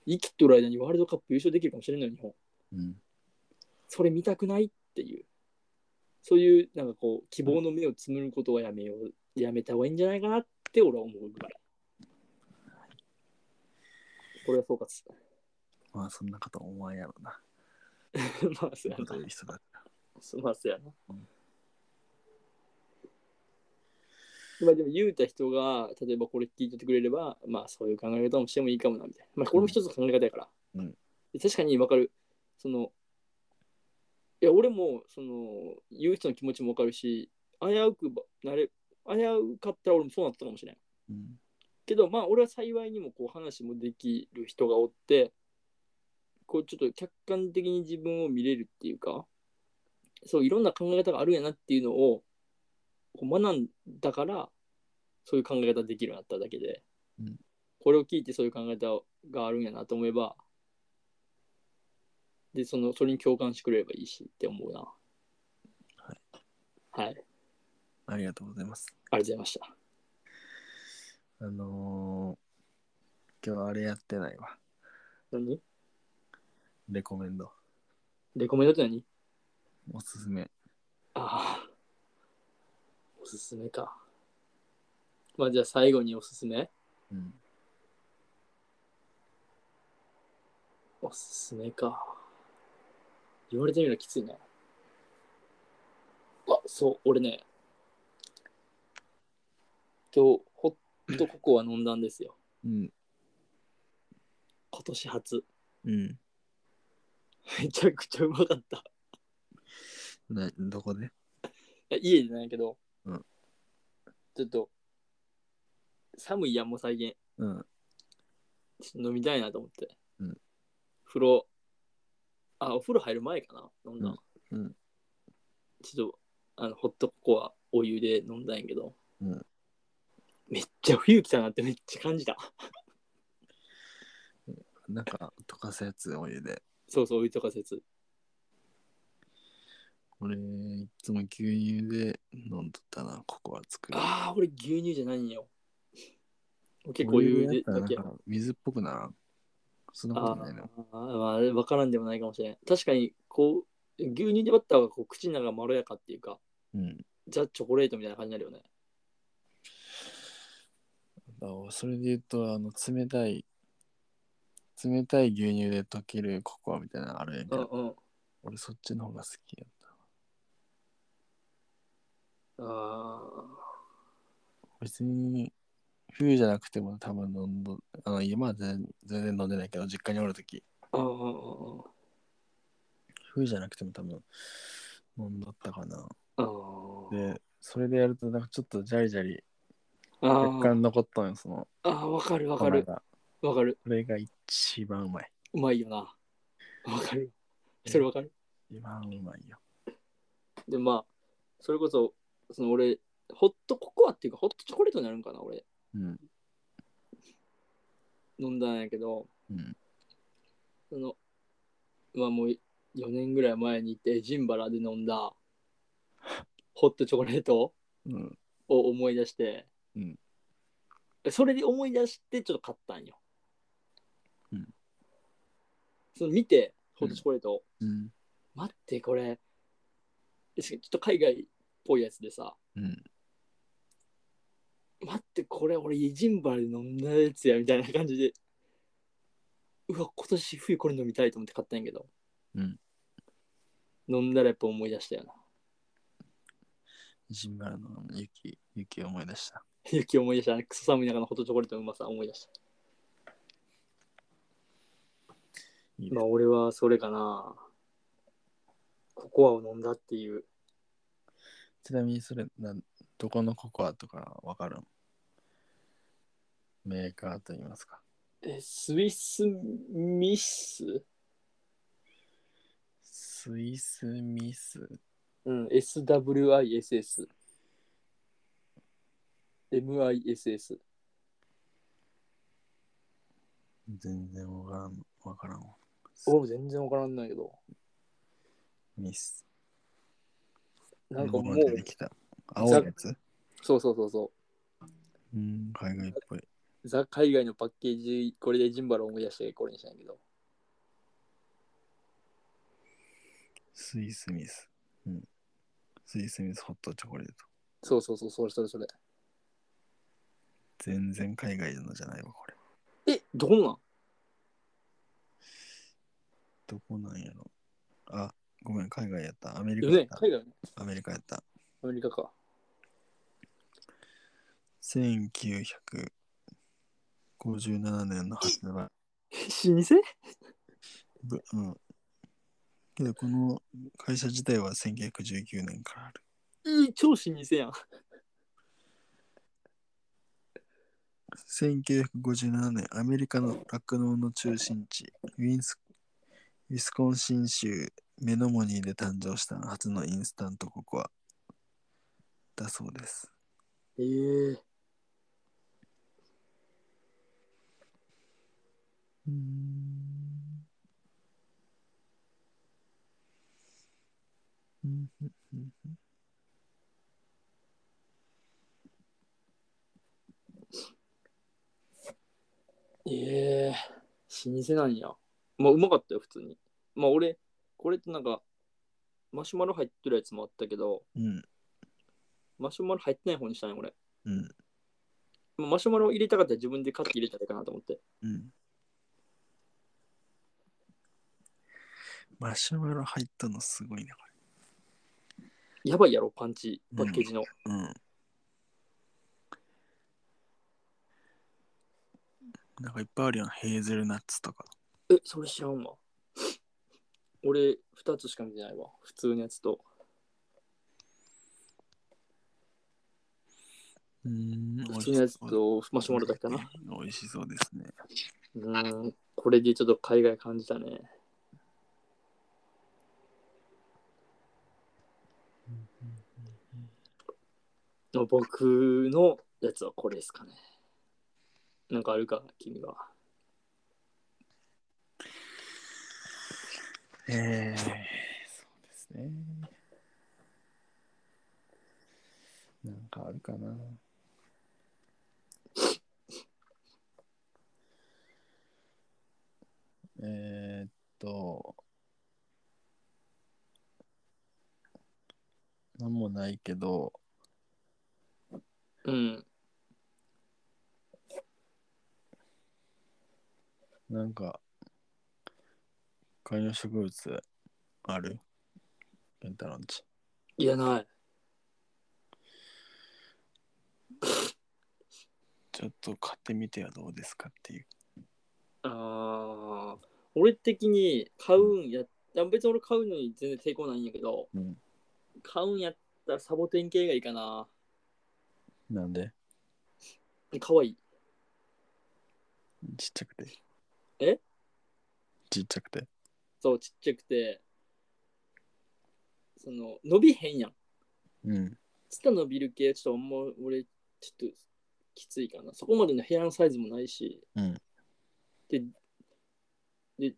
S1: 生きとる間にワールドカップ優勝できるかもしれんのよ、日本。
S2: うん。
S1: それ見たくないっていう。そういう、なんかこう、希望の目をつむることはやめよう、やめた方がいいんじゃないかなって、俺は思うぐらい。これは総括。
S2: まあ、そんなこと思わんやろな。
S1: まあ、そうや
S2: 答え
S1: な
S2: る。人だから。
S1: すませんやな
S2: うん。
S1: まあでも言うた人が、例えばこれ聞いててくれれば、まあそういう考え方もしてもいいかもな、みたいな。まあこれも一つの考え方やから。
S2: うん
S1: で確かにわかる。その、いや俺も、その、言う人の気持ちもわかるし、危うくばなれ、危うかったら俺もそうなったかもしれん。
S2: うん。
S1: けどまあ俺は幸いにもこう話もできる人がおってこうちょっと客観的に自分を見れるっていうかそういろんな考え方があるんやなっていうのをこう学んだからそういう考え方できるようになっただけで、
S2: うん
S1: これを聞いてそういう考え方があるんやなと思えばでそのそれに共感してくれればいいしって思うなはい、あり
S2: ありがとうございます。
S1: がとうございました
S2: あのー、今日あれやってないわ。
S1: 何
S2: レコメンド。
S1: レコメンドって何
S2: おすすめ。
S1: ああ。おすすめか。まあじゃあ最後におすすめ
S2: うん。
S1: おすすめか。言われてみればきついな。あ、そう、俺ね。今日、ホットココア飲んだんですよ。
S2: うん。
S1: 今年初。
S2: うん。
S1: めちゃくちゃうまかった。
S2: などこで
S1: いや家じゃないけど、
S2: うん
S1: ちょっと、寒いやん、もう最近。
S2: うん。
S1: ちょっと飲みたいなと思って。
S2: うん
S1: 風呂、あ、お風呂入る前かな飲んだの、
S2: うんうん
S1: ちょっと、あの、ホットココア、お湯で飲んだんやけど、
S2: うん
S1: めっちゃ冬来たなってめっちゃ感じた。
S2: なんか、溶かすやつ、お湯で。
S1: そうそう、お湯とか説。
S2: 俺、いつも牛乳で飲んどったな、ココア作る。
S1: ああ、俺牛乳じゃないんよ。結構お湯で
S2: だ
S1: だけ
S2: け
S1: や。
S2: 水っぽくならん。そんなことないの。
S1: あーまあ、わからんでもないかもしれん。確かに、こう、牛乳で割った方がこう口の中がまろやかっていうか、
S2: うん。
S1: ザ・チョコレートみたいな感じになるよね。
S2: あそれで言うと、あの、冷たい、冷たい牛乳で溶けるココアみたいなのあるやんけ
S1: うん
S2: ど、
S1: うん。
S2: 俺そっちの方が好きやった。
S1: ああ。
S2: 別に、冬じゃなくても多分飲んど、あの、今は全全然飲んでないけど、実家におるとき、
S1: あああああ
S2: 冬じゃなくても多分飲んどったかな。
S1: ああ
S2: で、それでやると、なんかちょっとジャリジャリ、若
S1: あ
S2: 干残ったんよ、その、
S1: ああわかるわ
S2: 粉
S1: かる
S2: が。
S1: わかる
S2: これが一番うまい。
S1: うまいよなわかるそれわかる
S2: 一番うまいよ。
S1: でまあそれこそその俺ホットココアっていうかホットチョコレートになるんかな俺
S2: うん。
S1: 飲んだんやけど
S2: うん。
S1: そのまあもう4年ぐらい前に行ってジンバラで飲んだホットチョコレート
S2: うん。
S1: を思い出して、
S2: うん
S1: それで思い出してちょっと買ったんよ、
S2: うん
S1: その見てホットチョコレートを、
S2: うん。
S1: 待ってこれしかもちょっと海外っぽいやつでさ
S2: うん。
S1: 待ってこれ俺イジンバルで飲んだやつやみたいな感じでうわ今年冬これ飲みたいと思って買ったんやけど、
S2: うん
S1: 飲んだらやっぱ思い出したよな
S2: ジンバラの雪、雪を思い出した。
S1: 雪思い出したねクソ寒い中のホットチョコレートのうまさ思い出した
S2: いいです
S1: まあ、俺はそれかな。ココアを飲んだっていう。
S2: ちなみにそれなん、どこのココアとかわかるのメーカーといいますか。
S1: え、スイスミス
S2: スイスミス。
S1: うん、SWISS。MISS。
S2: 全然わからん。わからんわ。
S1: 俺も全然わからんないけど。
S2: ミス。
S1: なんかもう
S2: 日、本でできた。青いやつ
S1: そうそうそうそ
S2: うん、海外っぽい。
S1: う。ザ・海外のパッケージ、これでジンバル思い出してこれにしたんやけど。
S2: スイスミス。うん。スイスミスホットチョコレート。
S1: そうそうそう、それそれそれ。
S2: 全然海外のじゃないわ、これ。
S1: え、どんなん
S2: どこなんやろあ、ごめん、海外やった。アメリカ
S1: よ
S2: やっ
S1: ね、
S2: た。
S1: 海外ね。
S2: アメリカやった。
S1: アメリカか。
S2: 1957年の発売。
S1: 老舗
S2: ぶうん。けど、この会社自体は1919年からある。
S1: いい、超老舗やん。
S2: 1957年、アメリカの酪農の中心地、ウィンスウィスコンシン州メノモニーで誕生した初のインスタントココアだそうです。
S1: ええ
S2: うんうんうん
S1: ええ老舗なんや。まあ、うまかったよ、普通に。まあ、俺、これってなんか、マシュマロ入ってるやつもあったけど、
S2: うん
S1: マシュマロ入ってない方にしたんよ、俺。
S2: うん
S1: まあマシュマロ入れたかったら自分で買って入れたらいいかなと思って。
S2: うんマシュマロ入ったのすごいね、こ
S1: やばいやろ、パンチ、パッケージの。
S2: れ。うん。なんかいっぱいあるよな、ヘーゼルナッツとか。
S1: え、それ知らんわ。俺、2つしか見てないわ。普通のやつと。
S2: うん
S1: 普通のやつとマシュマロだったな。。
S2: 美味しそうですね。
S1: うん、これでちょっと海外感じたね。の僕のやつはこれですかね。なんかあるか、君は。
S2: えー、そうですね。なんかあるかな。えー、っと、なんもないけど、
S1: うん。
S2: なんか、観葉植物ある健太郎んち。
S1: いや、ない。
S2: ちょっと買ってみてはどうですかっていう。
S1: あー俺的に買うんや、いや別に俺買うのに全然抵抗ないんやけど、
S2: うん
S1: 買うんやったらサボテン系がいいかな。
S2: なんで
S1: かわいい。
S2: ちっちゃくて。
S1: え
S2: ちっちゃくて。
S1: そう、ちっちゃくて、その、伸びへんやん。
S2: うん。
S1: つた伸びる系、ちょっとあんま俺、ちょっときついかな。そこまでの部屋のサイズもないし、
S2: うん
S1: で、で、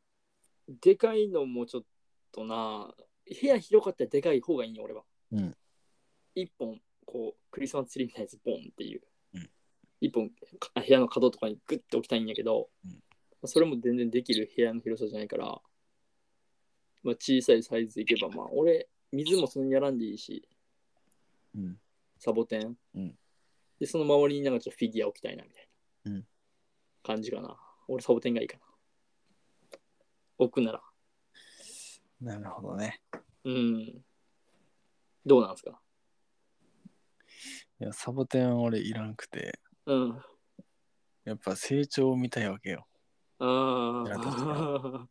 S1: でかいのもちょっとな、部屋広かったらでかい方がいいんよ、俺は。
S2: うん
S1: 一本、こう、クリスマスツリーみたいなやつ、ボンっていう
S2: うん。
S1: 一、本、か部屋の角とかにグッて置きたいんやけど、
S2: うん
S1: それも全然できる部屋の広さじゃないから、まあ、小さいサイズでいけば、まあ、俺、水もそんなにやらんでいいし、
S2: うん。
S1: サボテン、
S2: うん
S1: でその周りになんかちょっとフィギュア置きたいなみたいな、
S2: うん
S1: 感じかな俺サボテンがいいかな置くなら
S2: なるほどね。
S1: うんどうなんですか
S2: いや、サボテンは俺いらんくて、
S1: うん
S2: やっぱ成長を見たいわけよ。
S1: あ
S2: いや確か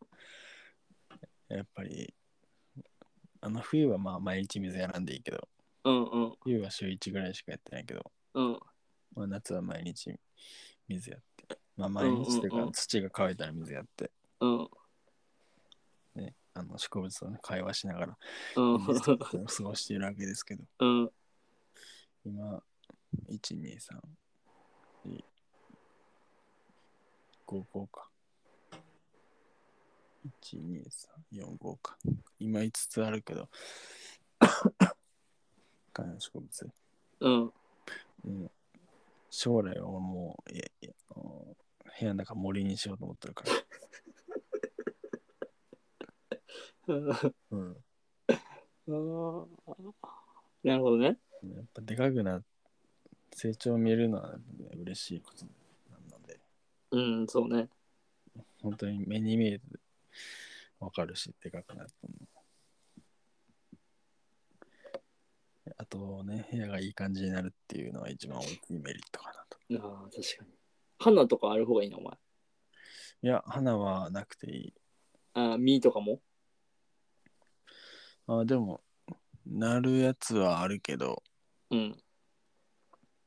S1: あ
S2: やっぱり、あの冬はまあ毎日水やらんでいいけど、
S1: うんうん
S2: 冬は週1ぐらいしかやってないけど、
S1: うん。
S2: まあ、夏は毎日水やって、まあ、毎日という
S1: うんうんう
S2: か
S1: ん
S2: 土が乾いたら水やって、
S1: うん。
S2: ね、あの植物とね会話しながら
S1: うん。
S2: 水とかを過ごしているわけですけど、
S1: うん。
S2: 今、1、2、3、4 5、5か。1、2、3、4、5か。今5つあるけど、 観葉植物。
S1: うん。
S2: うん将来はもういやいやあの部屋の中森にしようと思ってるから。うん、
S1: なるほどね。
S2: やっぱでかくな成長を見るのは、ね、嬉しいことなので、
S1: うん、そうね。
S2: 本当に目に見えてわかるし、でかくなったの。あとね、部屋がいい感じになるっていうのは一番大きいメリットかなと。
S1: ああ、確かに。花とかある方がいいな、お前。
S2: いや、花はなくていい。
S1: ああ、実とかも。
S2: あでも、なるやつはあるけど、
S1: うん。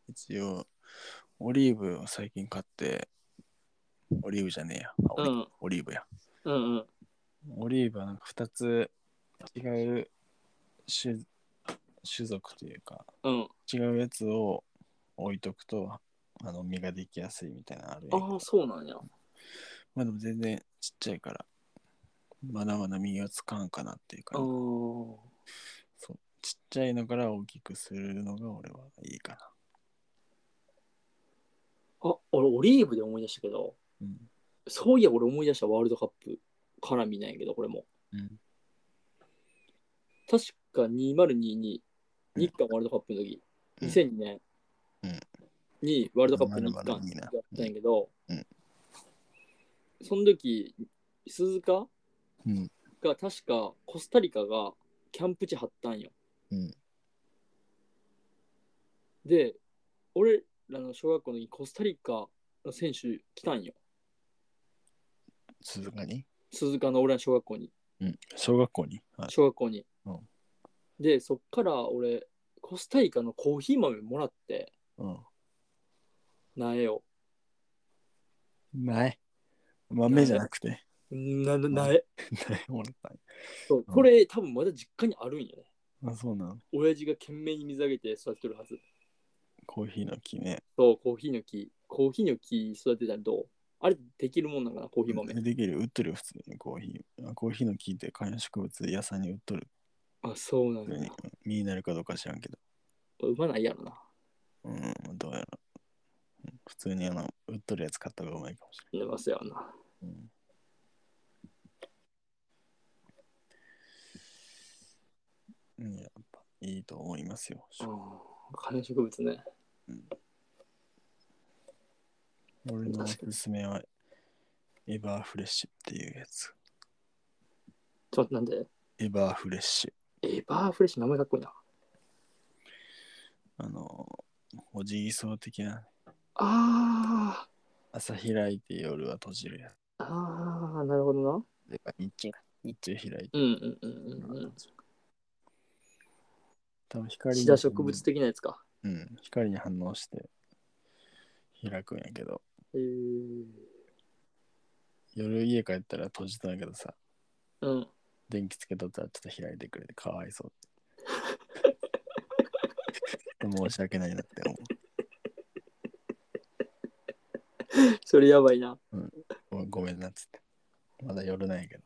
S2: 一応、オリーブを最近買って、オリーブじゃねえや。あオ
S1: う
S2: リ
S1: ん。
S2: オリーブや。
S1: うんうん。
S2: オリーブはなんか2つ違う種種族というか、
S1: うん。
S2: 違うやつを置いとくと、あの実ができやすいみたいなのあるやん
S1: ああ、そうなんや。
S2: まあでも全然ちっちゃいから、まだまだ実がつかんかなっていう
S1: ああ
S2: か、。そうちっちゃいのから大きくするのが俺はいいかな。
S1: あ、俺、オリーブで思い出したけど、
S2: うん。
S1: そういや、俺思い出したワールドカップから見ないけど、これも。
S2: うん、
S1: 確か2022、日韓ワールドカップの時、
S2: うん
S1: 2002年
S2: うん
S1: にワールドカップ日
S2: まだま
S1: 韓
S2: だいいな
S1: やったんやけど、
S2: うん
S1: その時、鈴鹿
S2: うん。
S1: が確かコスタリカがキャンプ地張ったんよ。
S2: うん。
S1: で、俺らの小学校の時コスタリカの選手来たんよ。
S2: 鈴鹿に
S1: 鈴鹿の俺らの小学校に。
S2: うん。小学校にはい。
S1: 小学校に。
S2: うん
S1: で、そっから俺、コスタリカのコーヒー豆もらって、
S2: うん。
S1: 苗を。
S2: ない。豆じゃなくて。
S1: な、な苗。
S2: ないもらったんや
S1: そうこれ、多分まだ実家にあるんよね。
S2: あ、そうなの。
S1: 親父が懸命に水あげて育ててるはず。
S2: コーヒーの木ね。
S1: そう、コーヒーの木。コーヒーの木育てたらどうあれできるもんなんかな、コーヒー豆。
S2: できる、売っとるよ、普通にコーヒー。あコーヒーの木って観葉植物屋さんに売っとる。
S1: あ、そうなん
S2: 普通
S1: だ
S2: に。実になるかどうか知らんけど。
S1: うまないやろな。
S2: うん、どうやら。うん普通にあの、売っとるやつ買った方がうまいかもし
S1: 寝ますよな。
S2: れない。うんうん、やっぱいいと思いますよ。
S1: うん。観葉植物ね。
S2: 俺のおすすめは、エバーフレッシュっていうやつ。
S1: ちょっと待ってなんで
S2: エバーフレッシュ。
S1: エバーフレッシュ名前かっこいいな。
S2: あの、おじぎそう的な、
S1: あ
S2: 朝開いて夜は閉じるやつ。
S1: ー、あー、なるほどな。
S2: で日中、日中開いて。
S1: うんうんうんうんうん。
S2: 多分光
S1: シダ植物的なやつか。
S2: うん、光に反応して開くんやけど、
S1: えー、
S2: 夜家帰ったら閉じたんやけどさ、
S1: うん。
S2: 電気つけとったらちょっと開いてくれてかわいそうって。申し訳ないなって思
S1: それやばいな。
S2: うご。ごめんなっつって。まだ夜なんやけど。っ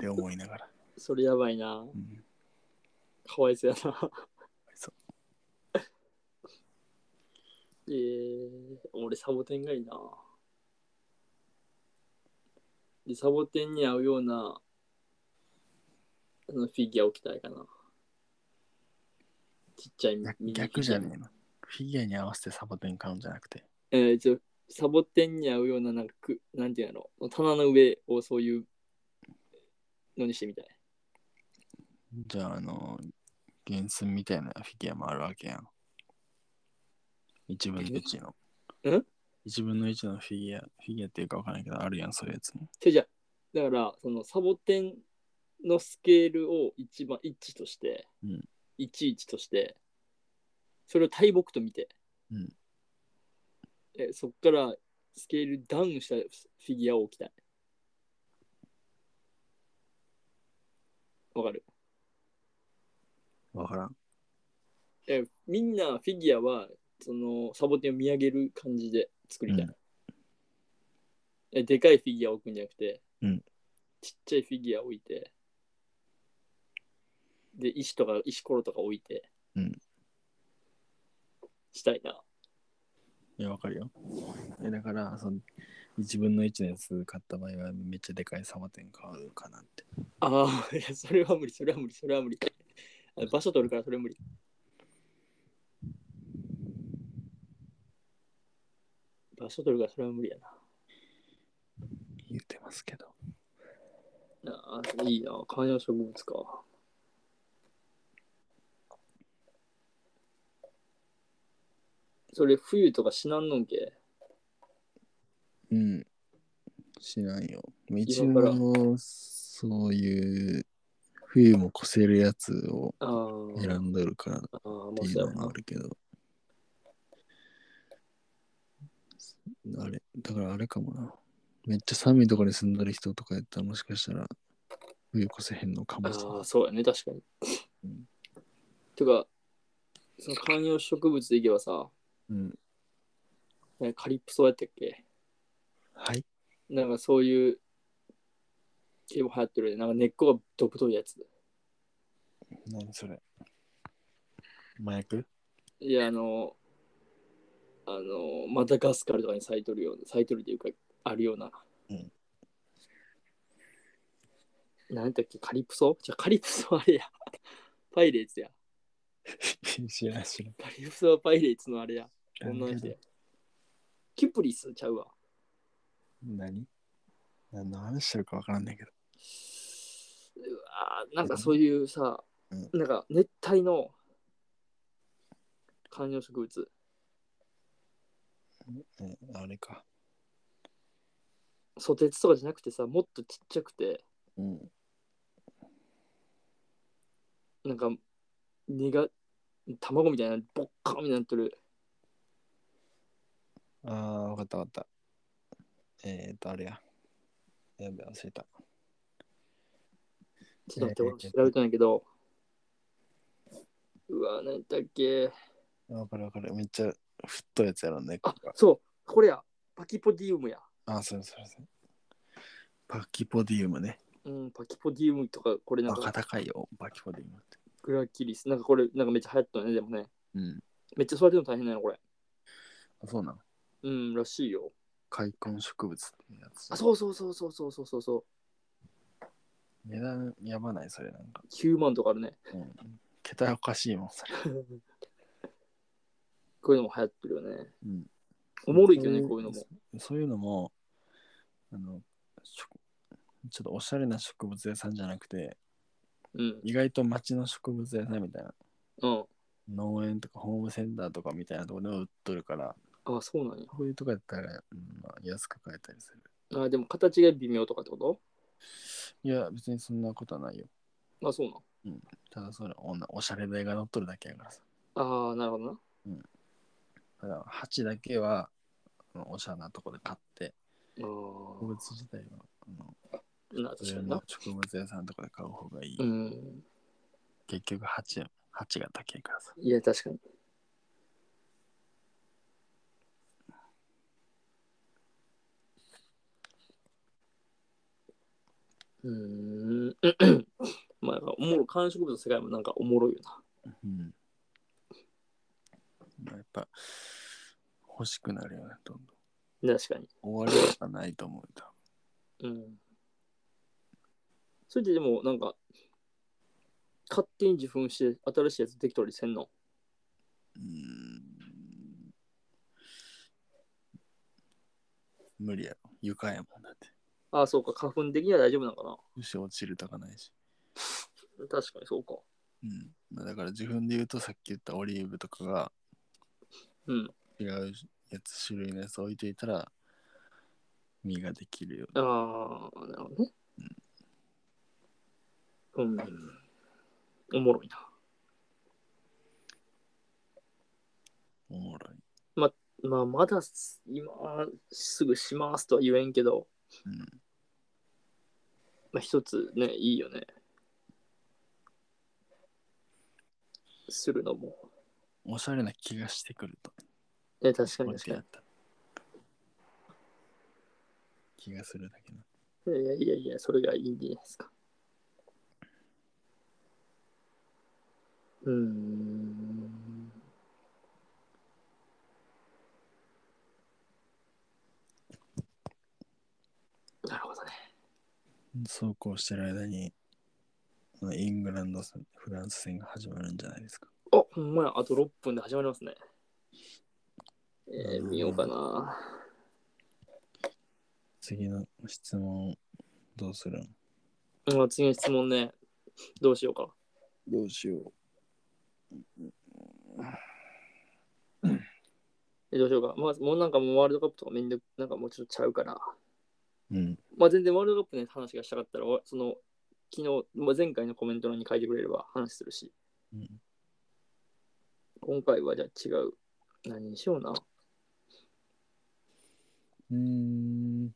S2: て思いながら。
S1: それやばいな。
S2: うん、
S1: かわいそうやな。
S2: そ
S1: えー、俺サボテンがいいな。で、サボテンに合うようなあのフィギュアを着たいかな。ちっちゃいミ
S2: 逆
S1: ニフィギュア
S2: 逆じゃねえの。フィギュアに合わせてサボテン買うんじゃなくて。
S1: えー、ちょサボテンに合うような、なんかく、なんていうの、棚の上をそういうのにしてみたい。
S2: じゃあ、あの、原寸みたいなフィギュアもあるわけやん。1分の1の。
S1: え
S2: ?1 分の1のフィギュア、フィギュアっていうかわからないけど、あるやん、そういうやつも。
S1: それじゃだから、そのサボテンのスケールを一番一致として、
S2: うん
S1: いちいちとしてそれを大木と見て、
S2: うん
S1: えそこからスケールダウンしたフィギュアを置きたいわかる
S2: わからん。
S1: えみんなフィギュアはそのサボテンを見上げる感じで作りたい、
S2: う
S1: えでかいフィギュアを置くんじゃなくて、
S2: うん
S1: ちっちゃいフィギュアを置いてで石とか石ころとか置いて、
S2: うん
S1: したいない
S2: や、わかるよ。えだから、その、1分の1のやつ買った場合は、めっちゃでかいサボテン買うかなって。
S1: ああいやそれは無理それは無理それは無理あ場所取るからそれは無理場所取るからそれは無理やな
S2: 言ってますけど。
S1: ああ、いいな。観葉植物か。それ、冬とか死なんのんけ。
S2: うん。知らんよ。一
S1: 今から
S2: 応、そういう、冬も越せるやつを
S1: あー
S2: 選んどるからっ
S1: あー、も
S2: て
S1: う
S2: いう
S1: そう
S2: の
S1: やな
S2: もあ。るけど。あれ、だからあれかもな。めっちゃ寒いところに住んどる人とかやったら、もしかしたら、冬越せへんのか
S1: あ
S2: もしれな
S1: あ
S2: い
S1: ー、。そうやね、確かに
S2: うん。
S1: てか、その観葉植物でいけばさ、
S2: うん。
S1: ねカリプソやったっけ
S2: はい。
S1: なんかそういう、系も流行ってるよね。なんか根っこがどぶといやつ。
S2: 何それ麻薬
S1: いや、あの、あの、マダガスカルとかに咲いとるような、咲いとるというか、あるような。
S2: うん
S1: なんだっけ、カリプソじゃあカリプソはあれや。 パイレーツや。
S2: 知らん知らん。
S1: カリプソはパイレーツのあれや。女の人や。キュプリスちゃうわ。
S2: 何何の話してるかわからんねんけど。
S1: うわーなんかそういうさ、
S2: うん
S1: なんか熱帯の観葉植物。
S2: うんあれか。
S1: ソテツとかじゃなくてさ、もっとちっちゃくて、
S2: うん。
S1: なんか、身が、卵みたいな、ボッカーンみたいになってる。
S2: ああ、わかったわかった。えー、っと、あれや。やべ、忘れた。
S1: ちょっと待
S2: え
S1: って、
S2: ー
S1: 俺調べたんやけど。うわ、なんだっけ。
S2: わかるわかる。めっちゃ、ふっといやつやろね。
S1: あ、そう、これや。パキポディウムや。
S2: あ、そうそうそう。パキポディウムね。
S1: うん、パキポディウムとか、これな
S2: バ
S1: ん
S2: カ
S1: か、
S2: 高いよ、パキポディウムって。
S1: グラキリス。なんかこれ、なんかめっちゃ流行ったね、でもね。
S2: うん。
S1: めっちゃ育てるの大変なの、これ。
S2: あそうなの。
S1: うん、らしいよ。
S2: 開墾植物っていうやつ
S1: あ、。そうそうそうそうそうそうそうそう。
S2: 値段やばない、それなんか。
S1: 9万とかあるね。
S2: うん。桁おかしいもん、それ。
S1: こういうのも流行ってるよね。
S2: うん。
S1: おもろいけどね、こういうのも。
S2: そういうのも、あの、しょちょっとおしゃれな植物屋さんじゃなくて、
S1: うん。
S2: 意外と町の植物屋さんみたいな、
S1: うん。
S2: 農園とかホームセンターとかみたいなところでも売っとるから、
S1: あ、そうなんや。
S2: こういうとこやったら、うんまあ、安く買えたりする。
S1: あ、でも形が微妙とかってこ
S2: いや、別にそんなことはないよ。
S1: とあ、そうなん。
S2: ただ、それ、おなおしゃれ代が乗っとるだけやからさ。
S1: ああ、なるほどな。
S2: ただ、鉢だけは、あのおしゃれなとこで買って、
S1: あ
S2: 植物自体は、あの
S1: あ。な、確か
S2: 普通
S1: にな
S2: の。植物屋さんとかで買う方がいい。
S1: うん。
S2: 結局鉢や、鉢が高いからさ。
S1: いや、確かに。うーん。 まあ、なんかおもろ、観葉植物の世界もなんかおもろいよな。
S2: うん。まあやっぱ欲しくなるよね、どんどん。
S1: 確かに。
S2: 終わりしかないと思う多
S1: うん。それででも、なんか、勝手に受粉して新しいやつできたりせんの。
S2: 分。うん。無理やろ。床やもんだって。
S1: ああ、そうか、花粉的には大丈夫なのかな。
S2: 虫落ちるとかないし。
S1: 確かにそうか。
S2: うん。まあだから自分で言うとさっき言ったオリーブとかが
S1: うん。
S2: 違うやつ、種類のやつ置いといたら実ができるよ。
S1: ああ、なるほどね。うん。おもろいな。
S2: おもろい。
S1: まあ、まだす今すぐしますとは言えんけど、
S2: うん
S1: まあ、一つね、いいよね。するのも。
S2: おしゃれな気がしてくると。
S1: ね、確か
S2: こ
S1: に
S2: っ
S1: 確
S2: ち
S1: か
S2: だった。気がするだけな。
S1: に。いやいやいや、それがいいんじゃないですか。うーん。なるほどね。
S2: そうこうしてる間に、あのイングランド戦、フランス戦が始まるんじゃないですか。
S1: あほんまや、あと6分で始まりますね。えー
S2: うん
S1: 見ようかな。
S2: 次の質問、どうするの
S1: まあ、次の質問ね、どうしようか。
S2: どうしよう。
S1: えどうしようか。まあ、もうなんかもうワールドカップとかめんどくなんかもうちょっとちゃうから。
S2: うん。
S1: まあ、全然ワールドカップの話がしたかったら、おその、昨日、まあ、前回のコメント欄に書いてくれれば話するし、
S2: うん
S1: 今回はじゃあ違う。何にしような。
S2: うーん。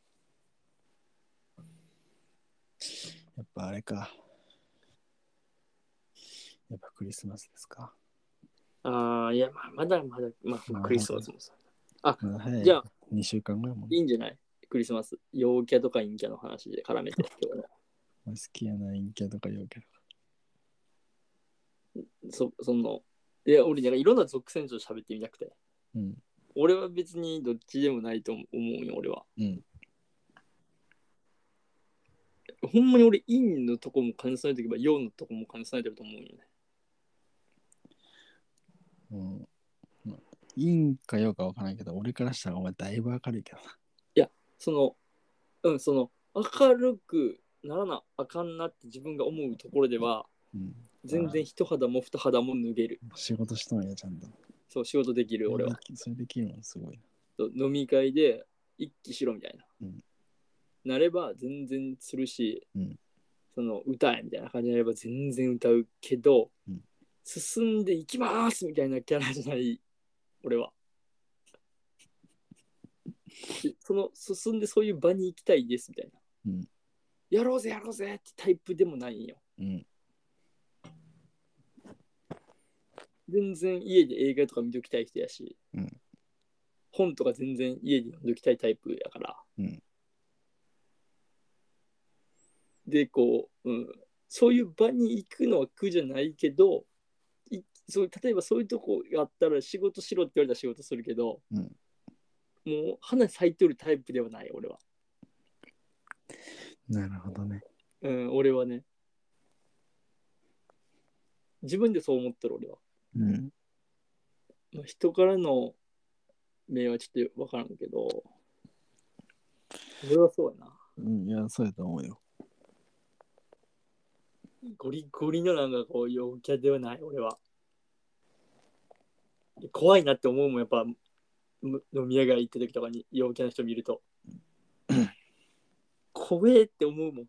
S2: やっぱあれか。やっぱクリスマスですか。
S1: ああ、いや、まあ、まだまだ、まあ、まあクリスマスもさ。
S2: まだ早い。
S1: じゃあ、
S2: 2週間ぐらいもん
S1: いいんじゃないクリスマス。陽キャとか陰キャの話で絡めて、今日の
S2: 好きやな、陰キャとか陽キャとか。
S1: そその、いや、俺、なんかいろんな属性の人と喋ってみたくて。
S2: うん。
S1: 俺は別にどっちでもないと思うよ、俺は。
S2: うん。
S1: ほんまに俺、陰のとこも兼ね備えておけば、陽のとこも兼ね備えてると思うよね。
S2: うん。まあ陰か陽かわからないけど、俺からしたらお前だいぶ明るいけどな。
S1: その、うん、その、明るくならなあかんなって自分が思うところでは、
S2: うん。
S1: 全然一肌も二肌も脱げる。
S2: 仕事しとんや、ちゃんと。
S1: そう、仕事できる、俺は。
S2: それできるのすごいな。
S1: そう飲み会で一気しろみたいな。
S2: うん
S1: なれば全然するし、
S2: うん
S1: その歌えみたいな感じになれば全然歌うけど、
S2: うん
S1: 進んでいきますみたいなキャラじゃない、俺は。でその進んでそういう場に行きたいですみたいな。
S2: うん
S1: やろうぜやろうぜってタイプでもないんよ。
S2: うん。
S1: 全然家で映画とか見ときたい人やし、
S2: うん
S1: 本とか全然家で読んどきたいタイプやから、
S2: うん
S1: でこう、うん、そういう場に行くのは苦じゃないけどいそう例えばそういうとこがあったら仕事しろって言われたら仕事するけど、
S2: うん
S1: もう花咲いてるタイプではない俺は、
S2: なるほどね。
S1: うん、俺はね自分でそう思ってる俺は
S2: うん。
S1: まあ、人からの目はちょっと分からんけど、俺はそうやな。
S2: うん、いや、そうやと思うよ。
S1: ゴリゴリのなんかこう陽キャではない、俺は。怖いなって思うもん、やっぱ、む飲み屋街行った時とかに陽キャの人見ると。怖えって思うもん。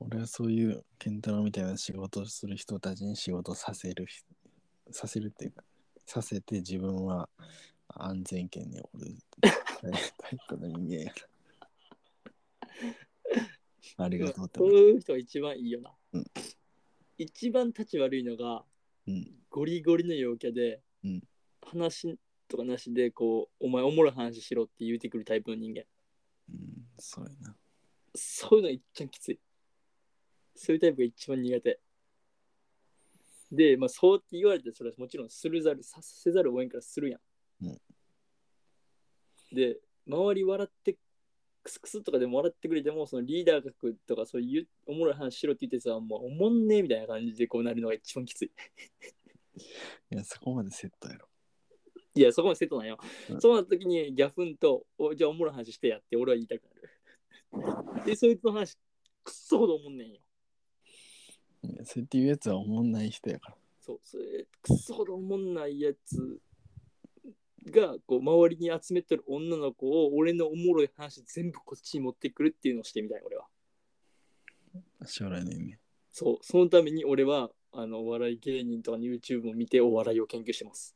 S2: 俺はそういう健太郎みたいな仕事をする人たちに仕事させる人させるっていうかさせて自分は安全圏にお るタイプの人間やな。あ りがとうって
S1: そう
S2: 思う。
S1: いう人が一番いいよな。
S2: うん
S1: 一番立ち悪いのが、
S2: うん
S1: ゴリゴリの陽キャで、
S2: うん
S1: 話とかなしで、こう、お前おもろい話しろって言うてくるタイプの人間。
S2: うん、そうやな。
S1: そういうのが一番きつい。そういうタイプが一番苦手。で、まあ、そうって言われて、それはもちろんするざる、させざるを得んからするやん。
S2: うん
S1: で、周り笑って、クスクスとかでも笑ってくれても、そのリーダー格とか、そういうおもろい話しろって言ってさ、もうおもんねえみたいな感じでこうなるのが一番きつい。
S2: いや、そこまでセットやろ。
S1: いや、そこまでセットなんよ。
S2: うん
S1: そうなった時にギャフンと、おじゃあおもろい話してやって、俺は言いたくな る。で、そいつの話、くっそほどおもんねんよ。
S2: いやそうやっていうやつは思んない人やから。
S1: そう、それ、くそほどおもんないやつが、こう、周りに集めてる女の子を、俺のおもろい話全部こっちに持ってくるっていうのをしてみたい、俺は。
S2: 将来の夢。
S1: そう、そのために俺は、あの、お笑い芸人とかの YouTube を見てお笑いを研究してます。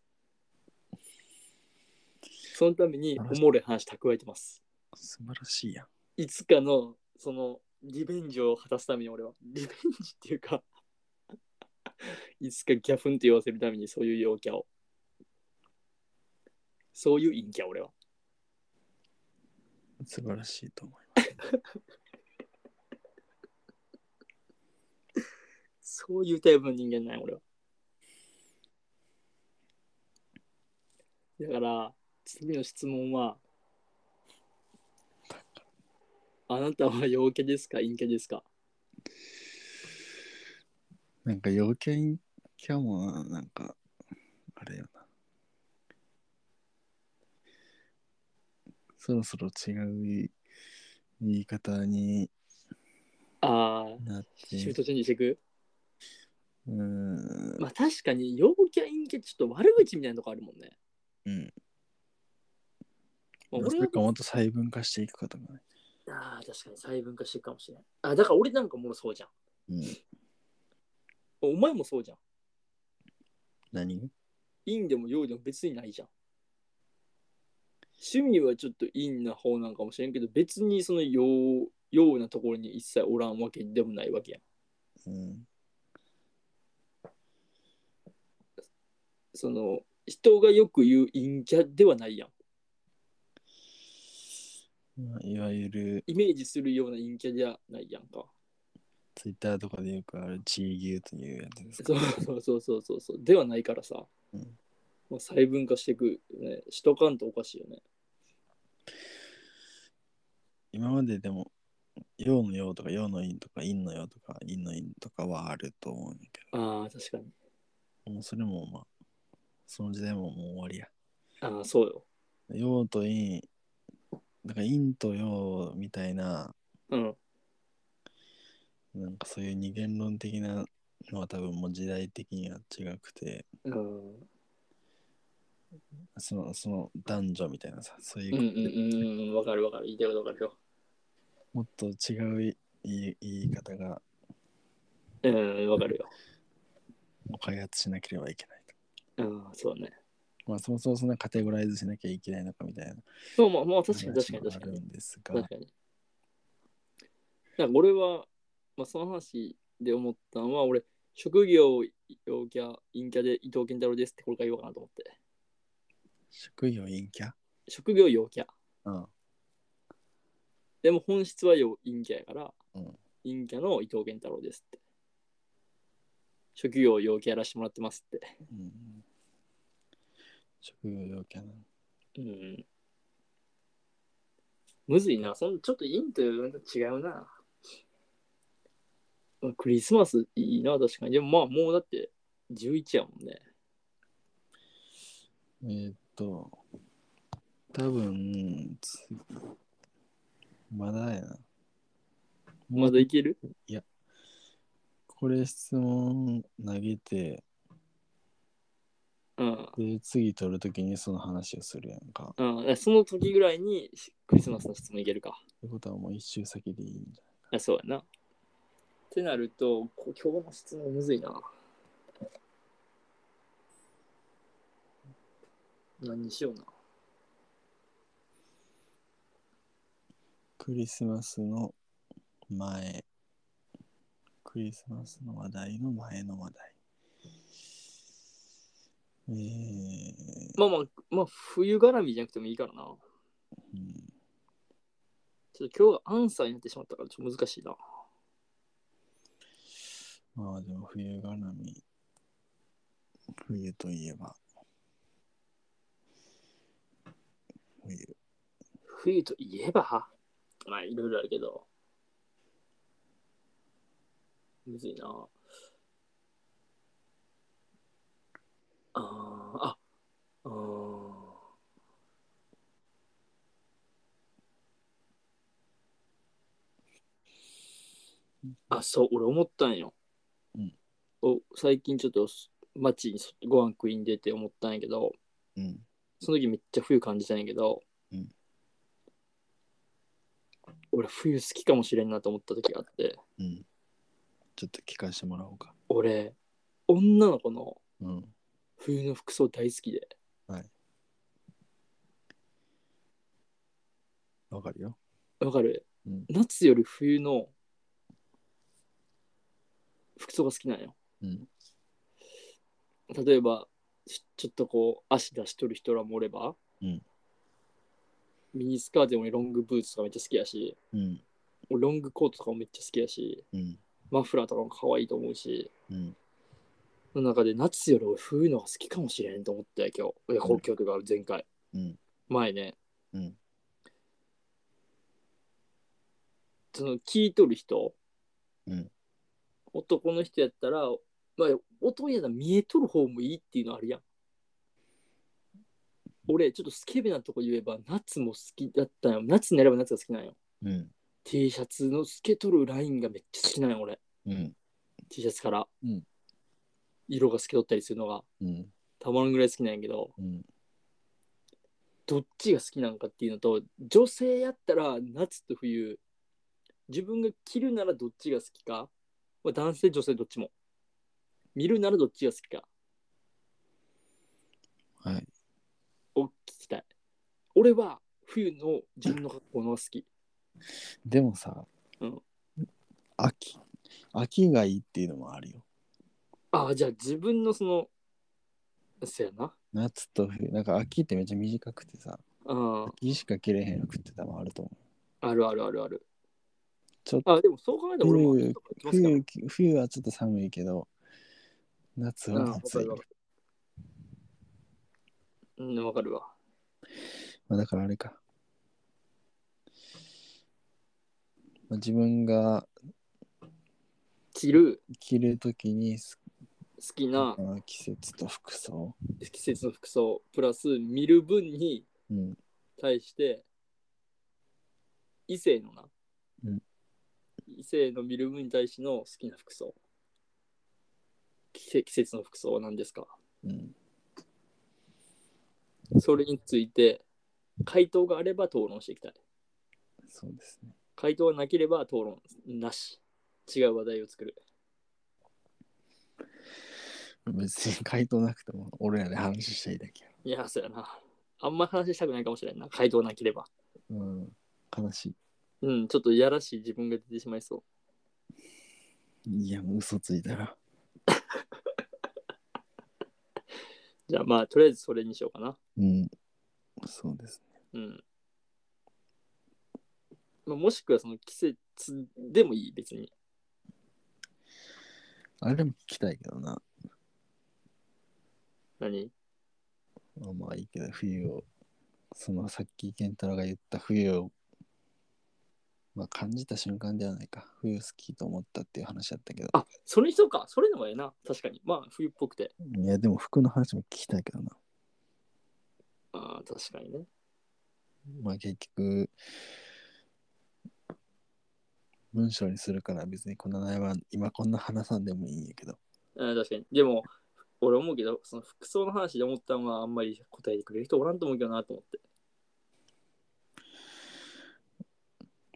S1: そのためにおもろい話蓄えてます。
S2: 素晴らしいやん。
S1: いつかの、その、リベンジを果たすために俺は、リベンジっていうか、いつかギャフンって言わせるためにそういう陽キャを。そういう陰キャ、俺は。
S2: 素晴らしいと思い
S1: そういうタイプの人間なんや俺は。だから、次の質問は、あなたは陽キャですか陰キャですか
S2: ます。なんか、要件キャもな、なんか、あれよな。そろそろ違う言い方に
S1: ああ、
S2: なっ
S1: シフ
S2: て、
S1: トチェンジしていく、
S2: うーん、
S1: まあ確かに陽キャ陰キャちょっと悪口みたいなとこあるもんね。
S2: うん。
S1: まあ、
S2: そ
S1: 俺
S2: れ
S1: は
S2: かもっと細分化していくかとかね。
S1: ああ、確かに細分化していくかもしれない。あだから俺なんかもうそうじゃん。
S2: うん、
S1: お前もそうじゃん。
S2: 何が
S1: 陰でも陽でも別にないじゃん。趣味はちょっと陰な方なんかもしれんけど、別にその陽陽なところに一切おらんわけでもないわけやん。
S2: うん。
S1: その人がよく言う陰キャではないやん。
S2: まあ、いわゆる、
S1: イメージするような陰キャではないやんか。
S2: ツイッターとかでよくある、チー牛というやつですか
S1: そうそうそうそうそうそう。ではないからさ。
S2: うん
S1: まあ、細分化していく、ね。しとかんとおかしいよね。
S2: 今まででも、陽の陽とか陽の陰とか陰の陽とか陰の陰とかはあると思うんだけ
S1: ああ、確かに。
S2: ど、もうそれもまあ、その時代ももう終わりや。
S1: ああ、そうよ。
S2: 陽と陰、なんか陰と陽みたいな、
S1: うん。
S2: なんかそういう二元論的なのは多分もう時代的には違くて、
S1: うん。
S2: そのその男女みたいなさ、そういう
S1: うんう
S2: こ
S1: ん
S2: とで、
S1: うんうん。わかるわかる。言いたいことわかるよ。
S2: もっと違う言い言い方が
S1: うん、わかるよ。
S2: 開発しなければいけないと。
S1: ああ、そうね。
S2: まあそもそもそんなカテゴライズしなきゃいけないのかみたいな
S1: そう、まあ、まあ、確かに確
S2: 話
S1: か
S2: も
S1: に確
S2: あ
S1: か
S2: る
S1: に。
S2: んですが、
S1: 確かに。だから俺は、まあ、その話で思ったのは、俺、職業陽キャ、陰キャで伊藤健太郎ですってこれから言おうかなと思って。
S2: 職業陰キャ
S1: 職業陽キャ。
S2: うん。
S1: でも本質は陽陰キャやから、
S2: うん
S1: 陰キャの伊藤健太郎ですって。職業陽キャやらせてもらってますって。
S2: うん、職業陽キャなの。
S1: うん。むずいな。そのちょっと陰というのと違うな。まあクリスマスいいな、確かに。でもまあもうだって11やもんね。
S2: えーっと、多分つまだやな。も
S1: ま
S2: う
S1: だいける
S2: これ質問投げて、
S1: うん。
S2: で、次取るときにその話をするやんか。
S1: うん、その時ぐらいにクリスマスの質問いけるか。
S2: ってことはもう一周先でいいんじ
S1: あそうやな。ってなると、こ今日の質問むずいな。何にしような。
S2: ゃん。クリスマスの前。クリスマスの話題の前の話題。えー、
S1: まあまあ、まあ、冬絡みじゃなくてもいいからな。
S2: うん
S1: ちょっと今日はアンサーになってしまったから、ちょっと難しいな。
S2: まあでも冬がなみ冬といえば冬
S1: 冬といえば、まあいろいろあるけど、むずいな。あーあ、あーあ、そう、俺思ったんよ。
S2: うん
S1: お最近ちょっと街にご飯食いに出て思ったんやけど、
S2: うん
S1: その時めっちゃ冬感じたんやけど、
S2: うん
S1: 俺冬好きかもしれんなと思った時があって、
S2: うんちょっと聞かせてもらおうか。
S1: 俺、女の子の
S2: うん。
S1: 冬の服装大好きで、
S2: わかるよ。
S1: わかる、
S2: うん
S1: 夏より冬の服装が好きなんよ。
S2: うん。
S1: 例えばちちょっとこう足出しとる人らもおれば、
S2: うん
S1: ミニスカートでもロングブーツとかめっちゃ好きやし
S2: うん。
S1: 俺ロングコートとかもめっちゃ好きやし
S2: うん。
S1: マフラーとかも可愛いと思うし
S2: うん。
S1: その中で夏より俺冬の方が好きかもしれんと思ったよ今日いや
S2: う
S1: 今
S2: ん
S1: 日とか前回、
S2: うん
S1: 前ね
S2: うん。
S1: その聞いとる人、
S2: うん
S1: 男の人やったらまあ男やったら見えとる方もいいっていうのあるやん俺ちょっとスケベなとこ言えば夏も好きだったよ夏になれば夏が好きなんよ
S2: うん。
S1: T シャツの透けとるラインがめっちゃ好きなんよ俺
S2: うん。
S1: T シャツから、
S2: うん
S1: 色が透けとったりするのが
S2: うん。
S1: たまらんぐらい好きなんやけど
S2: うん。
S1: どっちが好きなのかっていうのと女性やったら夏と冬自分が着るならどっちが好きか、まあ、男性女性どっちも見るならどっちが好きか
S2: はい。
S1: を聞きたい俺は冬の自分の格好の方が好き
S2: でもさ、
S1: うん
S2: 秋、秋がいいっていうのもあるよ。
S1: ああじゃあ自分のそのせやな
S2: 夏と冬、なんか秋ってめっちゃ短くてさ、
S1: あ
S2: 秋しか着れへん服って多分あると思う。
S1: ああるあるあるある
S2: ちょっと
S1: あでもそう考えたら俺も
S2: 冬
S1: とか行きますから
S2: 冬冬はちょっと寒いけど、夏
S1: うん
S2: は
S1: わか
S2: 暑い
S1: る。わかるうんわかるわ
S2: まあ、だからあれか。まあ、自分が
S1: 着る
S2: 着るときに好
S1: 好き
S2: き
S1: な
S2: な季節と服装。
S1: 季節の服装プラス見る分に
S2: うん。
S1: 対して異性のな、
S2: うん
S1: 異性の見る分に対しての好きな服装季季節の服装は何ですか
S2: うん。
S1: それについて回答があれば討論していきたい
S2: そうですね。
S1: 回答がなければ討論なし違う話題を作る
S2: 別に回答なくても俺らで話したいだけや
S1: いやそうやなあんま話したくないかもしれんな回答なければ
S2: ろ。うん。悲し
S1: うんちょっといやらしい自分が出てしまいそう
S2: い。いや、もう嘘ついたら。
S1: じゃあまあとりあえずそれにしようかな
S2: うん。そうです
S1: う
S2: ね。
S1: ん。まあ、もしくはその季節でもいい、別に。
S2: あれも聞きたいけどな。
S1: 何
S2: まあまあいいけど、冬を、そのさっき健太郎が言った冬を、まあ感じた瞬間ではないか。冬好きと思ったっていう話だったけど。
S1: あ、それにしようか。それの方がええな。確かに。まあ、冬っぽくて。
S2: いや、でも服の話も聞きたいけどな。
S1: ああ、確かにね。
S2: まあ結局、文章にするから別にこんな悩まん、今こんな話さんでもいいんやけど。
S1: あー確かに。でも、俺思うけど、その服装の話で思ったのはあんまり答えてくれる人おらんと思うけどなと思って。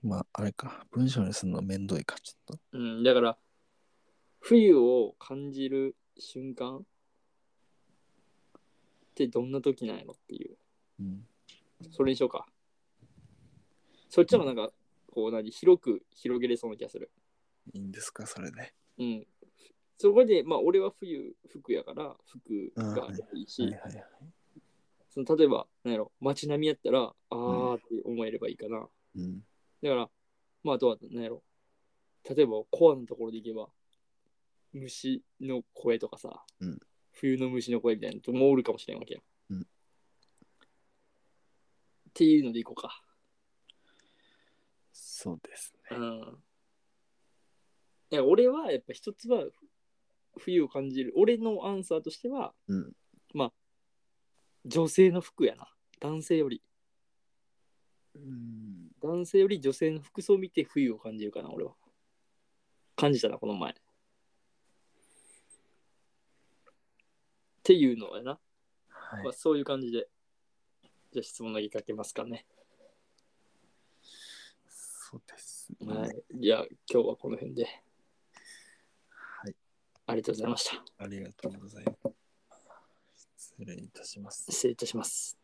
S2: まああれか、文章にするのめんどいか、ちょっと。
S1: うん、だから、冬を感じる瞬間ってどんな時なんやろっていう。
S2: うん。
S1: それにしようか。そっちもなんか、こう何、広く広げれそうな気がする。
S2: いいんですか、それで。
S1: うん。そこで、まあ、俺は冬服やから、服があればいいし、
S2: はいはいはい。
S1: その例えば、なんやろ、街並みやったら、あーって思えればいいかな。
S2: うん。
S1: だから、まあ、あとは、なんやろ、例えば、コアのところでいけば、虫の声とかさ、
S2: うん
S1: 冬の虫の声みたいなのもおるかもしれんわけや。
S2: うん
S1: っていうのでいこうか。
S2: そうですね。
S1: うんいや俺はやっぱ一つは冬を感じる俺のアンサーとしては
S2: うん。
S1: 女性の服やな男性より
S2: うん。
S1: 男性より女性の服装を見て冬を感じるかな俺は感じたなこの前っていうのやな、
S2: はい
S1: まあ、。そういう感じでじゃあ質問投げかけますかね、
S2: そうです
S1: はい、じゃあ今日はこの辺でありがとうございました。
S2: ありがとうございます。失礼いたします。
S1: 失礼いたします。